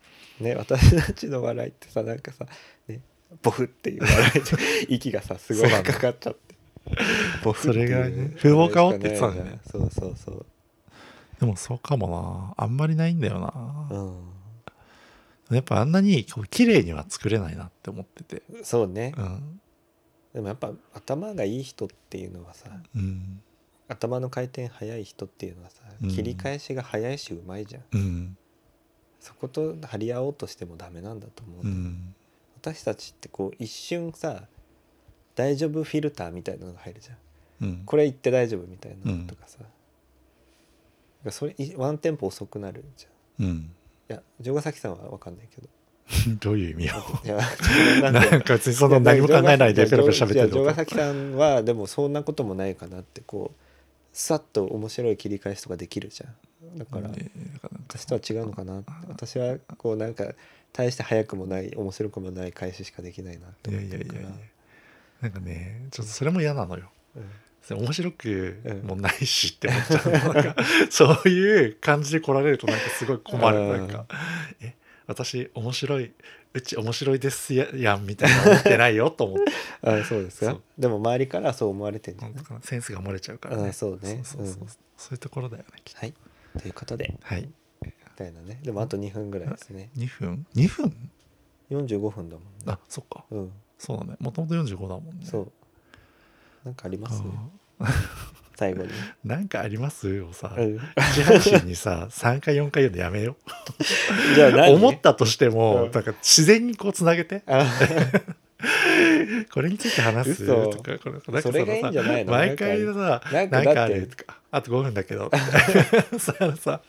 [SPEAKER 2] ね私たちの笑いってさなんかさねボフっていう笑い で息がさすごい
[SPEAKER 1] そうなの
[SPEAKER 2] かかっちゃってボフ
[SPEAKER 1] それがね
[SPEAKER 2] 不
[SPEAKER 1] 不毛かおって言ってたんだよね
[SPEAKER 2] そうそうそう
[SPEAKER 1] でもそうかもなあんまりないんだよな、
[SPEAKER 2] う
[SPEAKER 1] やっぱあんなにこう綺麗には作れないなって思ってて
[SPEAKER 2] んそうね
[SPEAKER 1] うん
[SPEAKER 2] でもやっぱ頭がいい人っていうのはさ
[SPEAKER 1] うん
[SPEAKER 2] 頭の回転早い人っていうのはさ
[SPEAKER 1] うん
[SPEAKER 2] 切り返しが早いしうまいじゃん
[SPEAKER 1] うん
[SPEAKER 2] そこと張り合おうとしてもダメなんだと思うん
[SPEAKER 1] う
[SPEAKER 2] だよね
[SPEAKER 1] ん
[SPEAKER 2] 私たちってこう一瞬さ大丈夫フィルターみたいなのが入るじゃん
[SPEAKER 1] うん
[SPEAKER 2] これ言って大丈夫みたいな
[SPEAKER 1] うん
[SPEAKER 2] のとかさ、だからそれいワンテンポ遅くなるじ
[SPEAKER 1] うん
[SPEAKER 2] ゃんいや城ヶ崎さんは分かんない けど
[SPEAKER 1] どういう意味よ
[SPEAKER 2] いや
[SPEAKER 1] な
[SPEAKER 2] なんか
[SPEAKER 1] んか別にその何も考えないでペラペラ喋って
[SPEAKER 2] いや
[SPEAKER 1] る
[SPEAKER 2] 城
[SPEAKER 1] と
[SPEAKER 2] ヶ
[SPEAKER 1] か
[SPEAKER 2] 崎さんはでもそんなこともないかなってこうさっと面白い切り返しとかできるじゃんだから、私とは違うのかなって私はこうなんか大して早くもない面白くもない返ししかできないなって
[SPEAKER 1] い
[SPEAKER 2] 思
[SPEAKER 1] やい
[SPEAKER 2] って
[SPEAKER 1] やい
[SPEAKER 2] るか
[SPEAKER 1] や
[SPEAKER 2] ら
[SPEAKER 1] いやなんかねちょっとそれも嫌なのよ
[SPEAKER 2] うん
[SPEAKER 1] それ面白くもないしって思っちゃう、なんかそういう感じで来られるとなんかすごい困
[SPEAKER 2] う
[SPEAKER 1] る
[SPEAKER 2] ん
[SPEAKER 1] なんか「え私面白いうち面白いですややん」みたいな思ってないよと思って
[SPEAKER 2] あそうです
[SPEAKER 1] そ
[SPEAKER 2] か
[SPEAKER 1] う
[SPEAKER 2] でも周りからはそう思われてんじゃない
[SPEAKER 1] センスが漏れちゃうからね
[SPEAKER 2] あそうね
[SPEAKER 1] そうそうそう
[SPEAKER 2] うん
[SPEAKER 1] そういうところだよねきっと
[SPEAKER 2] はいということで
[SPEAKER 1] はい
[SPEAKER 2] みたいなねでもあと2分ぐらいですね
[SPEAKER 1] 2分2分
[SPEAKER 2] 45分だもんね
[SPEAKER 1] あそっか
[SPEAKER 2] うん
[SPEAKER 1] そうだねもともと45だもんね
[SPEAKER 2] そうなんかありま
[SPEAKER 1] あ
[SPEAKER 2] す
[SPEAKER 1] ー
[SPEAKER 2] 最後に
[SPEAKER 1] なんかありますをさ、
[SPEAKER 2] うん
[SPEAKER 1] 一配信にさ3回4回言うのやめよ
[SPEAKER 2] じゃあ
[SPEAKER 1] う
[SPEAKER 2] 何
[SPEAKER 1] 思ったとしても、
[SPEAKER 2] うん
[SPEAKER 1] なんか自然にこうつなげて
[SPEAKER 2] あ
[SPEAKER 1] これについて話す
[SPEAKER 2] 嘘
[SPEAKER 1] とかこれなんか
[SPEAKER 2] それがいいんじゃないの
[SPEAKER 1] 毎回さ
[SPEAKER 2] な
[SPEAKER 1] なんんか
[SPEAKER 2] かだ
[SPEAKER 1] あ
[SPEAKER 2] って
[SPEAKER 1] るとかあと5分だけど ささ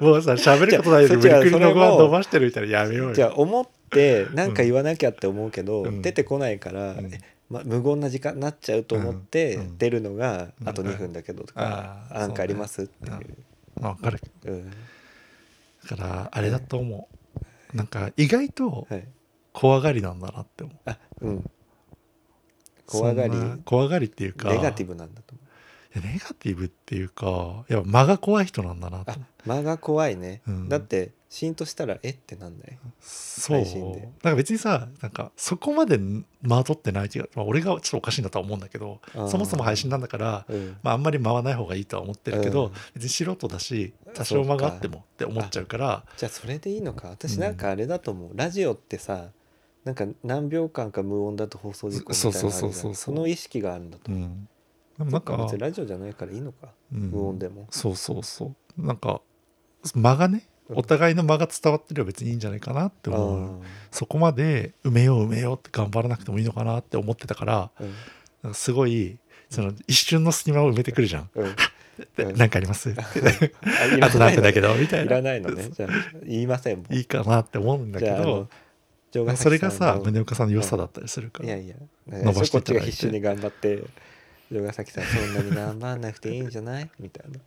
[SPEAKER 1] もうさ喋ることないで無
[SPEAKER 2] じ
[SPEAKER 1] 理
[SPEAKER 2] ゃあ
[SPEAKER 1] くりの
[SPEAKER 2] そ
[SPEAKER 1] ご
[SPEAKER 2] れも
[SPEAKER 1] 飯伸ばしてるみたいなやめよう
[SPEAKER 2] じゃあ
[SPEAKER 1] よ
[SPEAKER 2] 思ってなんか言わなきゃって思うけど、
[SPEAKER 1] うん
[SPEAKER 2] 出てこないから、
[SPEAKER 1] うん
[SPEAKER 2] えま、無言な時間になっちゃうと思っ
[SPEAKER 1] う
[SPEAKER 2] て
[SPEAKER 1] んうん
[SPEAKER 2] 出るのが、
[SPEAKER 1] うん
[SPEAKER 2] あと2分だけどとか
[SPEAKER 1] あ、ー
[SPEAKER 2] なんかあります、
[SPEAKER 1] そうね
[SPEAKER 2] っていう、
[SPEAKER 1] まあ分かる
[SPEAKER 2] うん
[SPEAKER 1] だからあれだと思うなんか意外と
[SPEAKER 2] はい
[SPEAKER 1] 怖がりなんだなって思う
[SPEAKER 2] あうん怖がり
[SPEAKER 1] そんな怖がりっていうか
[SPEAKER 2] ネガティブなんだと思う
[SPEAKER 1] いやネガティブっていうかやっぱ間が怖い人なんだなと
[SPEAKER 2] あ間が怖いね、
[SPEAKER 1] うん
[SPEAKER 2] だってシーンとしたらえってなんない
[SPEAKER 1] そう
[SPEAKER 2] 配信で
[SPEAKER 1] なんか別にさなんかそこまでまとってない気が、まあ、俺がちょっとおかしいんだとは思うんだけど
[SPEAKER 2] あー
[SPEAKER 1] そもそも配信なんだから、
[SPEAKER 2] うん
[SPEAKER 1] まあ、あんまり回らない方がいいとは思ってるけど、
[SPEAKER 2] うん
[SPEAKER 1] 別に素人だし多少間があってもって思っちゃうから
[SPEAKER 2] じゃあそれでいいのか私なんかあれだと思う、ラジオってさなんか何秒間か無音だと放送事故みたいなのあるじゃん
[SPEAKER 1] そうそうそうそうそう
[SPEAKER 2] その意識があるんだと
[SPEAKER 1] う
[SPEAKER 2] 思う、
[SPEAKER 1] んでも
[SPEAKER 2] な
[SPEAKER 1] なんん
[SPEAKER 2] か
[SPEAKER 1] か
[SPEAKER 2] 別にラジオじゃないからいいのか、
[SPEAKER 1] うん
[SPEAKER 2] 無音でも
[SPEAKER 1] そうそうそうなんか間がね
[SPEAKER 2] うん
[SPEAKER 1] お互いの間が伝わってれば別にいいんじゃないかなって思う
[SPEAKER 2] あ
[SPEAKER 1] そこまで埋めよう埋めようって頑張らなくてもいいのかなって思ってたから
[SPEAKER 2] ー
[SPEAKER 1] なんかすごいその一瞬の隙間を埋めてくるじゃん
[SPEAKER 2] うんうん
[SPEAKER 1] で
[SPEAKER 2] うん
[SPEAKER 1] なんかあり ますって
[SPEAKER 2] あい
[SPEAKER 1] あとなんかだけ
[SPEAKER 2] ど
[SPEAKER 1] どみたい
[SPEAKER 2] い
[SPEAKER 1] な
[SPEAKER 2] らないのねじゃあ言いませんもん
[SPEAKER 1] いいかなって思うんだけ
[SPEAKER 2] じゃああ
[SPEAKER 1] ど
[SPEAKER 2] の城ヶ崎
[SPEAKER 1] それが
[SPEAKER 2] ん
[SPEAKER 1] さ
[SPEAKER 2] の
[SPEAKER 1] 宗岡さんの良さだったりするか
[SPEAKER 2] い
[SPEAKER 1] ら
[SPEAKER 2] やいや
[SPEAKER 1] 伸ばして
[SPEAKER 2] こっ
[SPEAKER 1] いた
[SPEAKER 2] ち
[SPEAKER 1] だいて
[SPEAKER 2] が必死に頑張って城ヶ崎さんそんなに頑張んなくていいんじゃないみたいな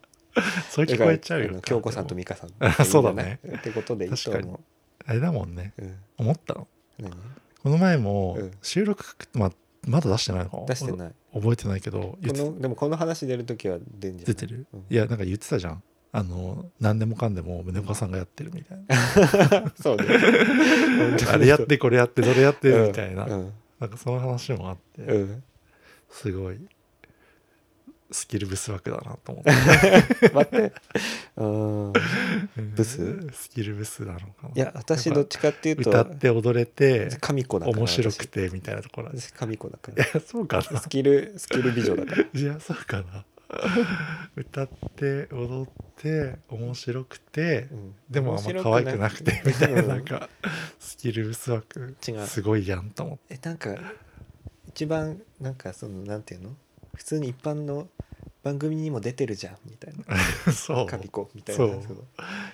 [SPEAKER 1] それ
[SPEAKER 2] だ
[SPEAKER 1] 聞
[SPEAKER 2] から
[SPEAKER 1] こえちゃう
[SPEAKER 2] あ
[SPEAKER 1] よ
[SPEAKER 2] の京子さんと
[SPEAKER 1] で
[SPEAKER 2] 美香さん
[SPEAKER 1] あそうだね
[SPEAKER 2] ってことでいいと思
[SPEAKER 1] もあれだもんね
[SPEAKER 2] う、うん、
[SPEAKER 1] 思ったの
[SPEAKER 2] 何
[SPEAKER 1] この前も
[SPEAKER 2] うん
[SPEAKER 1] 収録まあまだ出してないのかな
[SPEAKER 2] 出してない
[SPEAKER 1] 覚えてないけど言
[SPEAKER 2] こ
[SPEAKER 1] って
[SPEAKER 2] のでもこの話出るときは出んじゃん
[SPEAKER 1] 出てる、
[SPEAKER 2] うん
[SPEAKER 1] いやなんか言ってたじゃんあの何でもかんでも宗岡さんがやってるみたいな
[SPEAKER 2] そうね
[SPEAKER 1] あれやってこれやってそれやって
[SPEAKER 2] うん
[SPEAKER 1] みたいな、
[SPEAKER 2] うん
[SPEAKER 1] なんかその話もあって、
[SPEAKER 2] うん
[SPEAKER 1] すごいスキルブス枠だなと思って
[SPEAKER 2] 待ってうんブス
[SPEAKER 1] スキルブスなのかない
[SPEAKER 2] いや私どっちかっていうと
[SPEAKER 1] 歌って踊れて
[SPEAKER 2] 神子だから
[SPEAKER 1] 面白くてみたいなところあるい
[SPEAKER 2] 私私神子だから
[SPEAKER 1] やそうかな
[SPEAKER 2] スキルスキル美女だから
[SPEAKER 1] いやそうかな歌って踊って面白くて
[SPEAKER 2] うん
[SPEAKER 1] でもあんま可愛くなくてみ
[SPEAKER 2] 面
[SPEAKER 1] たい
[SPEAKER 2] 白く
[SPEAKER 1] な
[SPEAKER 2] うん
[SPEAKER 1] なんかスキル薄枠
[SPEAKER 2] 違う
[SPEAKER 1] すごいやんと思って
[SPEAKER 2] えなんか一番なんかそのなんていうの普通に一般の番組にも出てるじゃんみたいな
[SPEAKER 1] そう
[SPEAKER 2] 神子みたいな
[SPEAKER 1] そう
[SPEAKER 2] の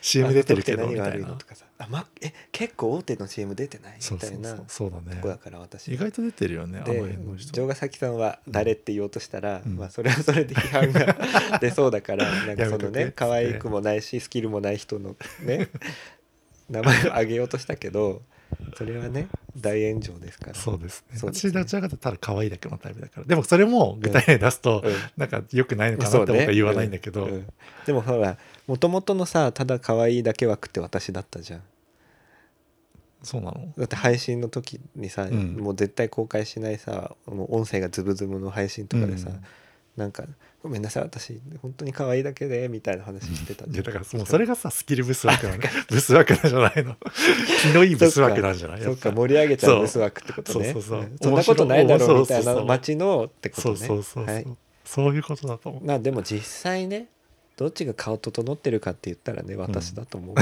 [SPEAKER 1] CM 出てるけど
[SPEAKER 2] あの
[SPEAKER 1] み
[SPEAKER 2] 時って何
[SPEAKER 1] たい
[SPEAKER 2] が悪いの
[SPEAKER 1] な
[SPEAKER 2] とかさあ、ま、え結構大手の CM 出てない
[SPEAKER 1] そ
[SPEAKER 2] み
[SPEAKER 1] う
[SPEAKER 2] た
[SPEAKER 1] そ
[SPEAKER 2] いうな
[SPEAKER 1] そう
[SPEAKER 2] と
[SPEAKER 1] そうだね
[SPEAKER 2] こだから私
[SPEAKER 1] 意外と出てるよねあの
[SPEAKER 2] で
[SPEAKER 1] 辺の人
[SPEAKER 2] 城ヶ崎さんは誰って言おうとしたら、
[SPEAKER 1] うん
[SPEAKER 2] まあ、それはそれで批判が 出そう だからなんか
[SPEAKER 1] やめと
[SPEAKER 2] そ
[SPEAKER 1] け
[SPEAKER 2] の
[SPEAKER 1] っつっ
[SPEAKER 2] ね
[SPEAKER 1] て
[SPEAKER 2] 可愛くもないしスキルもない人のね 名前を挙げようとしたけどそれはね大炎上ですから
[SPEAKER 1] そうですね
[SPEAKER 2] そうですね
[SPEAKER 1] 私どちらかというとただ可愛いだけのタイプだからでもそれも具体例出すと
[SPEAKER 2] うん
[SPEAKER 1] なんか良くないのかなって
[SPEAKER 2] そう
[SPEAKER 1] 僕
[SPEAKER 2] ね
[SPEAKER 1] は言わないんだけど
[SPEAKER 2] ううんでもほらもともとのさただ可愛いだけ枠って私だったじゃん
[SPEAKER 1] そうなの
[SPEAKER 2] だって配信の時にさ、
[SPEAKER 1] ん
[SPEAKER 2] もう絶対公開しないさあの音声がズブズブの配信とかでさ、
[SPEAKER 1] うん
[SPEAKER 2] なんか「ごめんなさい私本当に可愛いだけで」みたいな話してた
[SPEAKER 1] い
[SPEAKER 2] じ
[SPEAKER 1] や
[SPEAKER 2] ゃん
[SPEAKER 1] だからもうそれがさスキルブス枠なのね ブス枠なんじゃない の気のいいブス枠なんじゃない
[SPEAKER 2] そっか
[SPEAKER 1] やっぱ
[SPEAKER 2] 盛り上げちゃ
[SPEAKER 1] そう
[SPEAKER 2] うブス枠ってこと
[SPEAKER 1] そ
[SPEAKER 2] ね
[SPEAKER 1] うそうそうん
[SPEAKER 2] そんなことないだろう
[SPEAKER 1] 面
[SPEAKER 2] み
[SPEAKER 1] 白
[SPEAKER 2] た
[SPEAKER 1] い
[SPEAKER 2] いな街のってこと
[SPEAKER 1] そう
[SPEAKER 2] ね
[SPEAKER 1] そうそうそ
[SPEAKER 2] はいう
[SPEAKER 1] そういうことだと思う
[SPEAKER 2] まあでも実際ねどっちが顔整ってるかって言ったらね私だと思う、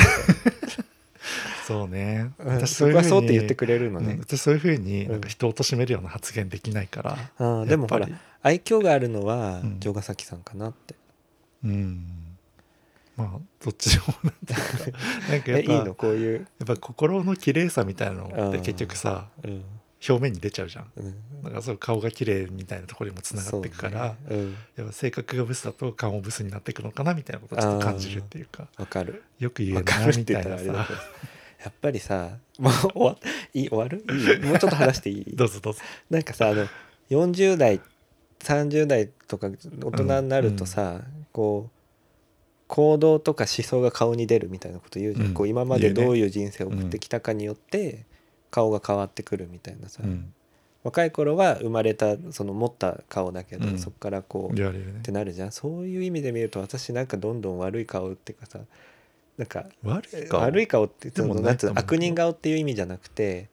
[SPEAKER 1] そうね。
[SPEAKER 2] うん
[SPEAKER 1] 私
[SPEAKER 2] そこは
[SPEAKER 1] ふ
[SPEAKER 2] そう
[SPEAKER 1] に
[SPEAKER 2] って言ってくれるのね、
[SPEAKER 1] うん私そういうふうに
[SPEAKER 2] うん
[SPEAKER 1] なんか人を貶めるような発言できないから。
[SPEAKER 2] ああでもほら
[SPEAKER 1] やっぱ
[SPEAKER 2] 愛嬌があるのは
[SPEAKER 1] うん
[SPEAKER 2] 城ヶ崎さんかなって、
[SPEAKER 1] うん。まあどっちでもなんていう かなんかや
[SPEAKER 2] え
[SPEAKER 1] っ
[SPEAKER 2] いい
[SPEAKER 1] ぱ
[SPEAKER 2] のこういう、
[SPEAKER 1] やっぱ心の綺麗さみたいなのっ
[SPEAKER 2] う
[SPEAKER 1] て
[SPEAKER 2] ん
[SPEAKER 1] 結局さ
[SPEAKER 2] うん
[SPEAKER 1] 表面に出ちゃうじゃん。
[SPEAKER 2] うん、
[SPEAKER 1] なんかそう顔が綺麗みたいなところにもつながっていくから、
[SPEAKER 2] そうねうん
[SPEAKER 1] やっぱ性格がブスだと顔もブスになっていくのかなみたいなことをちょっと感じるっていうか
[SPEAKER 2] わかる
[SPEAKER 1] よく言
[SPEAKER 2] わ
[SPEAKER 1] う
[SPEAKER 2] か
[SPEAKER 1] な
[SPEAKER 2] るっ
[SPEAKER 1] み
[SPEAKER 2] て
[SPEAKER 1] た
[SPEAKER 2] 言っ
[SPEAKER 1] い
[SPEAKER 2] たら
[SPEAKER 1] な
[SPEAKER 2] あれだけど
[SPEAKER 1] さ
[SPEAKER 2] さやっぱりさもう終わいい終わるいいもうちょっと話していい
[SPEAKER 1] どうぞどうぞ。
[SPEAKER 2] なんかさあの40代30代とか大人になるとさ、こう行動とか思想が顔に出るみたいなこと言うじゃん、
[SPEAKER 1] うん
[SPEAKER 2] こう今ま
[SPEAKER 1] 言
[SPEAKER 2] で
[SPEAKER 1] うね
[SPEAKER 2] どういう人生を送ってきたかによって顔が変わってくるみたいなさ、
[SPEAKER 1] うん
[SPEAKER 2] 若い頃は生まれたその持った顔だけど、
[SPEAKER 1] うん
[SPEAKER 2] そこからこう、
[SPEAKER 1] 言われるね
[SPEAKER 2] って。なるじゃんそういう意味で見ると私なんかどんどん悪い顔っていうかさなんか
[SPEAKER 1] 悪い顔
[SPEAKER 2] 悪い顔って
[SPEAKER 1] で
[SPEAKER 2] そ
[SPEAKER 1] もな
[SPEAKER 2] の
[SPEAKER 1] い
[SPEAKER 2] なんつうの
[SPEAKER 1] と思う
[SPEAKER 2] 悪人顔っていう意味じゃなくて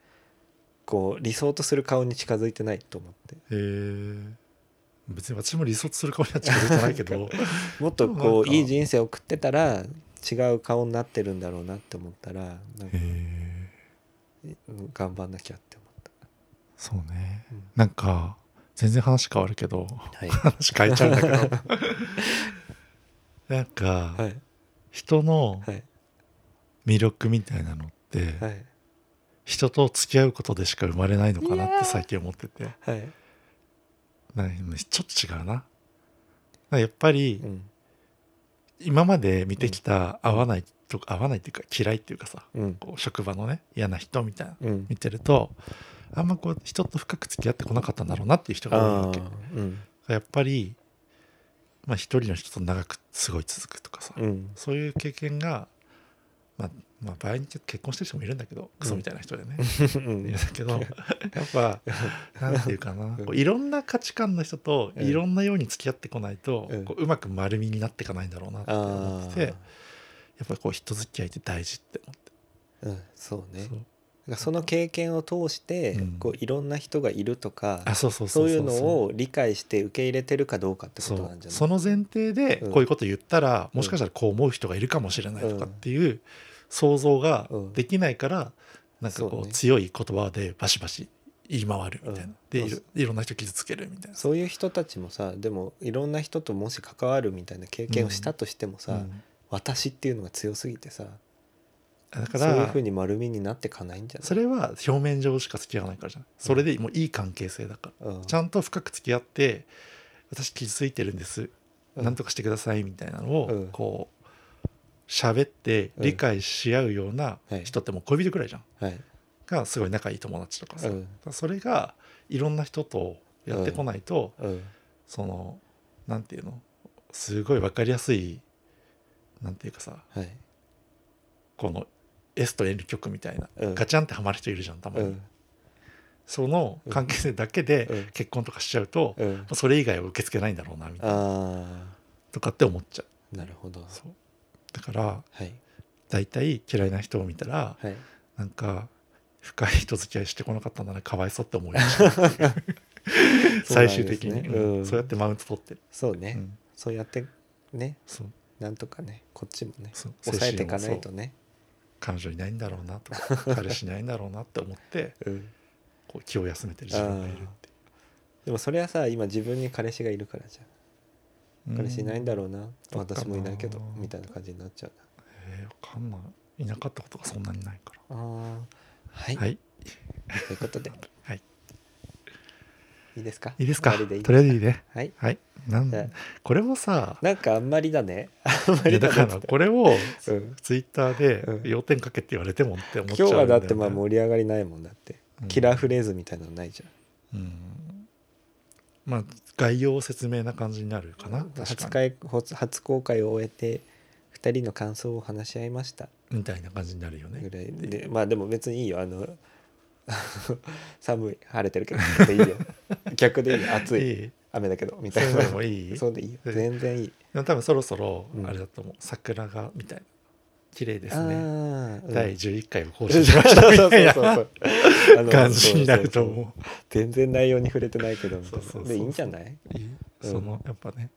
[SPEAKER 2] こう理想とする顔に近づいてないと思って
[SPEAKER 1] へえ別に私も理想とする顔には近づいてないけ ど
[SPEAKER 2] もっと
[SPEAKER 1] でもな
[SPEAKER 2] こ
[SPEAKER 1] ん
[SPEAKER 2] う
[SPEAKER 1] か
[SPEAKER 2] いい人生送ってたら違う顔になってるんだろうなって思ったらなんか
[SPEAKER 1] へえ
[SPEAKER 2] うん頑張んなきゃって思っ
[SPEAKER 1] そうね
[SPEAKER 2] うん
[SPEAKER 1] なんか全然話変わるけ ど
[SPEAKER 2] たはい
[SPEAKER 1] 話変えちゃうんだ けどなんか、
[SPEAKER 2] はい
[SPEAKER 1] 人の
[SPEAKER 2] はい
[SPEAKER 1] 魅力みたいなのって、
[SPEAKER 2] はい
[SPEAKER 1] 人と付き合うことでしか生まれないのかなって最近思ってて
[SPEAKER 2] はい
[SPEAKER 1] なんかちょっと違うななんかやっぱり
[SPEAKER 2] うん
[SPEAKER 1] 今まで見てきた合わないと合わないっていうか嫌いっていうかさ
[SPEAKER 2] うん
[SPEAKER 1] こう職場のね嫌な人みたいな
[SPEAKER 2] うん
[SPEAKER 1] 見てるとあんまこう人と深く付き合ってこなかったんだろうなっていう人が多い
[SPEAKER 2] あ
[SPEAKER 1] わ
[SPEAKER 2] あ
[SPEAKER 1] け
[SPEAKER 2] うん
[SPEAKER 1] やっぱり、まあ、一人の人と長くすごい続くとかさ、
[SPEAKER 2] うん
[SPEAKER 1] そういう経験が、まあ、まあ場合によって結婚してる人もいるんだけどクソみたいな人でね、
[SPEAKER 2] うん
[SPEAKER 1] いるんだけど やっぱなんていうかなこういろんな価値観の人と
[SPEAKER 2] うん
[SPEAKER 1] いろんなように付き合ってこないと、
[SPEAKER 2] うん
[SPEAKER 1] こううまく丸みになっていかないんだろうなって思
[SPEAKER 2] あ
[SPEAKER 1] っててや
[SPEAKER 2] あ
[SPEAKER 1] っぱりこう人付き合いって大事って思って
[SPEAKER 2] うんそうね
[SPEAKER 1] そう
[SPEAKER 2] なんかその経験を通して、
[SPEAKER 1] うん
[SPEAKER 2] こういろんな人がいるとか
[SPEAKER 1] あそうそう
[SPEAKER 2] そ
[SPEAKER 1] そうう
[SPEAKER 2] い
[SPEAKER 1] そうう
[SPEAKER 2] のを理解して受け入れてるかどうかってこ
[SPEAKER 1] そ
[SPEAKER 2] とな
[SPEAKER 1] うん
[SPEAKER 2] じゃない
[SPEAKER 1] その前提で
[SPEAKER 2] うん
[SPEAKER 1] こういうこと言ったら、
[SPEAKER 2] うん
[SPEAKER 1] もしかしたらこう思う人がいるかもしれないとかっていう想像ができないから、なんか
[SPEAKER 2] そ
[SPEAKER 1] こ
[SPEAKER 2] う
[SPEAKER 1] う
[SPEAKER 2] ね
[SPEAKER 1] 強い言葉でバシバシ言い回るみたいな、
[SPEAKER 2] うん
[SPEAKER 1] で
[SPEAKER 2] そ
[SPEAKER 1] い
[SPEAKER 2] う
[SPEAKER 1] ろいろんな人傷つけるみたいな。
[SPEAKER 2] そういう人たちもさでもいろんな人ともし関わるみたいな経験をしたとしてもさ、
[SPEAKER 1] うん
[SPEAKER 2] 私っていうのが強すぎてさ
[SPEAKER 1] だか
[SPEAKER 2] そういう
[SPEAKER 1] ら
[SPEAKER 2] ふうに丸みになってかないんじゃない
[SPEAKER 1] それは表面上しか付き合わないからじゃないそれでもういい関係性だから、
[SPEAKER 2] うん
[SPEAKER 1] ちゃんと深く付き合って私傷ついてるんです、
[SPEAKER 2] うん
[SPEAKER 1] なんとかしてくださいみたいなの
[SPEAKER 2] う
[SPEAKER 1] を
[SPEAKER 2] ん
[SPEAKER 1] こう喋って
[SPEAKER 2] うん
[SPEAKER 1] 理解し合うような
[SPEAKER 2] はい
[SPEAKER 1] 人ってもう恋人くらいじゃん、
[SPEAKER 2] はい、
[SPEAKER 1] がすごい仲いい友達とか
[SPEAKER 2] う
[SPEAKER 1] さ、だか
[SPEAKER 2] ん
[SPEAKER 1] らそれがいろんな人とやってこないと、
[SPEAKER 2] うん
[SPEAKER 1] そのなんていうのすごい分かりやすいなんていうかさ
[SPEAKER 2] はい
[SPEAKER 1] この S と N 曲みたいな、
[SPEAKER 2] うん
[SPEAKER 1] ガチャンってハマる人いるじゃんたま
[SPEAKER 2] う
[SPEAKER 1] に、
[SPEAKER 2] ん
[SPEAKER 1] その関係性だけ
[SPEAKER 2] う
[SPEAKER 1] で
[SPEAKER 2] ん
[SPEAKER 1] 結婚とかしちゃうと、
[SPEAKER 2] うん
[SPEAKER 1] それ以外は受け付けないんだろうなみたいな
[SPEAKER 2] あ
[SPEAKER 1] とかって思っちゃう
[SPEAKER 2] ーなるほど
[SPEAKER 1] そうだから
[SPEAKER 2] はい
[SPEAKER 1] 大体嫌いな人を見たら
[SPEAKER 2] はい
[SPEAKER 1] なんか深い人付き合いしてこなかったんだねかわいそうって思いま 最終的に
[SPEAKER 2] そうなんですね
[SPEAKER 1] うん
[SPEAKER 2] うん
[SPEAKER 1] そうやってマウント取ってる、
[SPEAKER 2] そう
[SPEAKER 1] う
[SPEAKER 2] ね、
[SPEAKER 1] ん、
[SPEAKER 2] そうやってね
[SPEAKER 1] そう
[SPEAKER 2] なんとかねこっちもね
[SPEAKER 1] そう
[SPEAKER 2] 抑えていかないと
[SPEAKER 1] そう
[SPEAKER 2] ね
[SPEAKER 1] 彼女いないんだろうなと か彼氏いないんだろうなって思って
[SPEAKER 2] うん
[SPEAKER 1] こう気を休めてる自分がいるって
[SPEAKER 2] でもそれはさ今自分に彼氏がいるからじゃん
[SPEAKER 1] うん
[SPEAKER 2] 彼氏いないんだろうな、
[SPEAKER 1] どっかな
[SPEAKER 2] 私もいないけどみたいな感じになっちゃう
[SPEAKER 1] えーわかんないいなかったことがそんなにないから
[SPEAKER 2] なあはい、
[SPEAKER 1] はい
[SPEAKER 2] ということで
[SPEAKER 1] はい
[SPEAKER 2] いいですか
[SPEAKER 1] いいですか
[SPEAKER 2] 終わりでいい
[SPEAKER 1] とりあえずいいね
[SPEAKER 2] はい
[SPEAKER 1] はいなん
[SPEAKER 2] じゃあ
[SPEAKER 1] これも さ
[SPEAKER 2] なんかあんまりだねあんま
[SPEAKER 1] いや
[SPEAKER 2] りだ
[SPEAKER 1] だ
[SPEAKER 2] ね
[SPEAKER 1] からこれを
[SPEAKER 2] うん
[SPEAKER 1] ツイッター
[SPEAKER 2] うん
[SPEAKER 1] で要点かけって言われてもって思っちゃ
[SPEAKER 2] 今
[SPEAKER 1] う
[SPEAKER 2] 日は
[SPEAKER 1] んよ
[SPEAKER 2] だ
[SPEAKER 1] ね
[SPEAKER 2] ってまあ盛り上がりないもんだって、
[SPEAKER 1] うん
[SPEAKER 2] キラーフレーズみたいなのないじ
[SPEAKER 1] うんまあ概要説明な感じになるか
[SPEAKER 2] ゃ
[SPEAKER 1] なん確
[SPEAKER 2] 初
[SPEAKER 1] かに
[SPEAKER 2] 回初初公開を終えて2人の感想を話し合いました
[SPEAKER 1] みたいな感じになるよね
[SPEAKER 2] ぐらいでまあでも別にいいよあの 寒い晴れてるけどそれでい いよ逆でいいよ暑い
[SPEAKER 1] いい
[SPEAKER 2] 雨だけどみ
[SPEAKER 1] そ
[SPEAKER 2] た
[SPEAKER 1] う
[SPEAKER 2] い
[SPEAKER 1] いう
[SPEAKER 2] な
[SPEAKER 1] のもいい
[SPEAKER 2] そうでいいよ
[SPEAKER 1] うん
[SPEAKER 2] 全然いい
[SPEAKER 1] でも多分そろそろ
[SPEAKER 2] うん
[SPEAKER 1] あれだと思う、桜がみたいな綺麗で
[SPEAKER 2] ああ
[SPEAKER 1] すね
[SPEAKER 2] ーうん
[SPEAKER 1] 第11回を更
[SPEAKER 2] そう
[SPEAKER 1] 新しましたみ
[SPEAKER 2] そ う
[SPEAKER 1] たい
[SPEAKER 2] そう
[SPEAKER 1] な
[SPEAKER 2] そうあの
[SPEAKER 1] 感じになると
[SPEAKER 2] そうそう
[SPEAKER 1] 思う
[SPEAKER 2] そう全然内容に触れてないけどみたい
[SPEAKER 1] そうそうそう
[SPEAKER 2] なでいいんじゃない
[SPEAKER 1] いい
[SPEAKER 2] うん
[SPEAKER 1] そのやっぱね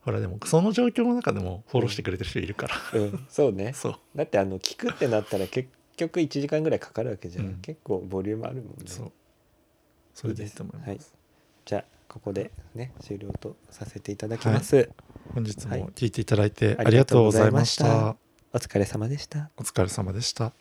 [SPEAKER 1] ほらでもその状況の中でもフォローしてくれてる人いるから、
[SPEAKER 2] うんそうね
[SPEAKER 1] そう
[SPEAKER 2] だってあの聞くってなったら結局1時間ぐらいかかるわけじゃん、
[SPEAKER 1] うん
[SPEAKER 2] 結構ボリュームあるもんね
[SPEAKER 1] そうそれでいいと思います
[SPEAKER 2] はい、じゃあここでね終了とさせていただきます、
[SPEAKER 1] 本日
[SPEAKER 2] はい
[SPEAKER 1] も聞いていただいて
[SPEAKER 2] あ
[SPEAKER 1] あ
[SPEAKER 2] り
[SPEAKER 1] り
[SPEAKER 2] が
[SPEAKER 1] がと
[SPEAKER 2] とう
[SPEAKER 1] う
[SPEAKER 2] ご
[SPEAKER 1] ご
[SPEAKER 2] ざ
[SPEAKER 1] ざ
[SPEAKER 2] い
[SPEAKER 1] い
[SPEAKER 2] ま
[SPEAKER 1] ま
[SPEAKER 2] し
[SPEAKER 1] したた
[SPEAKER 2] お疲れ様でした
[SPEAKER 1] お疲れ様でした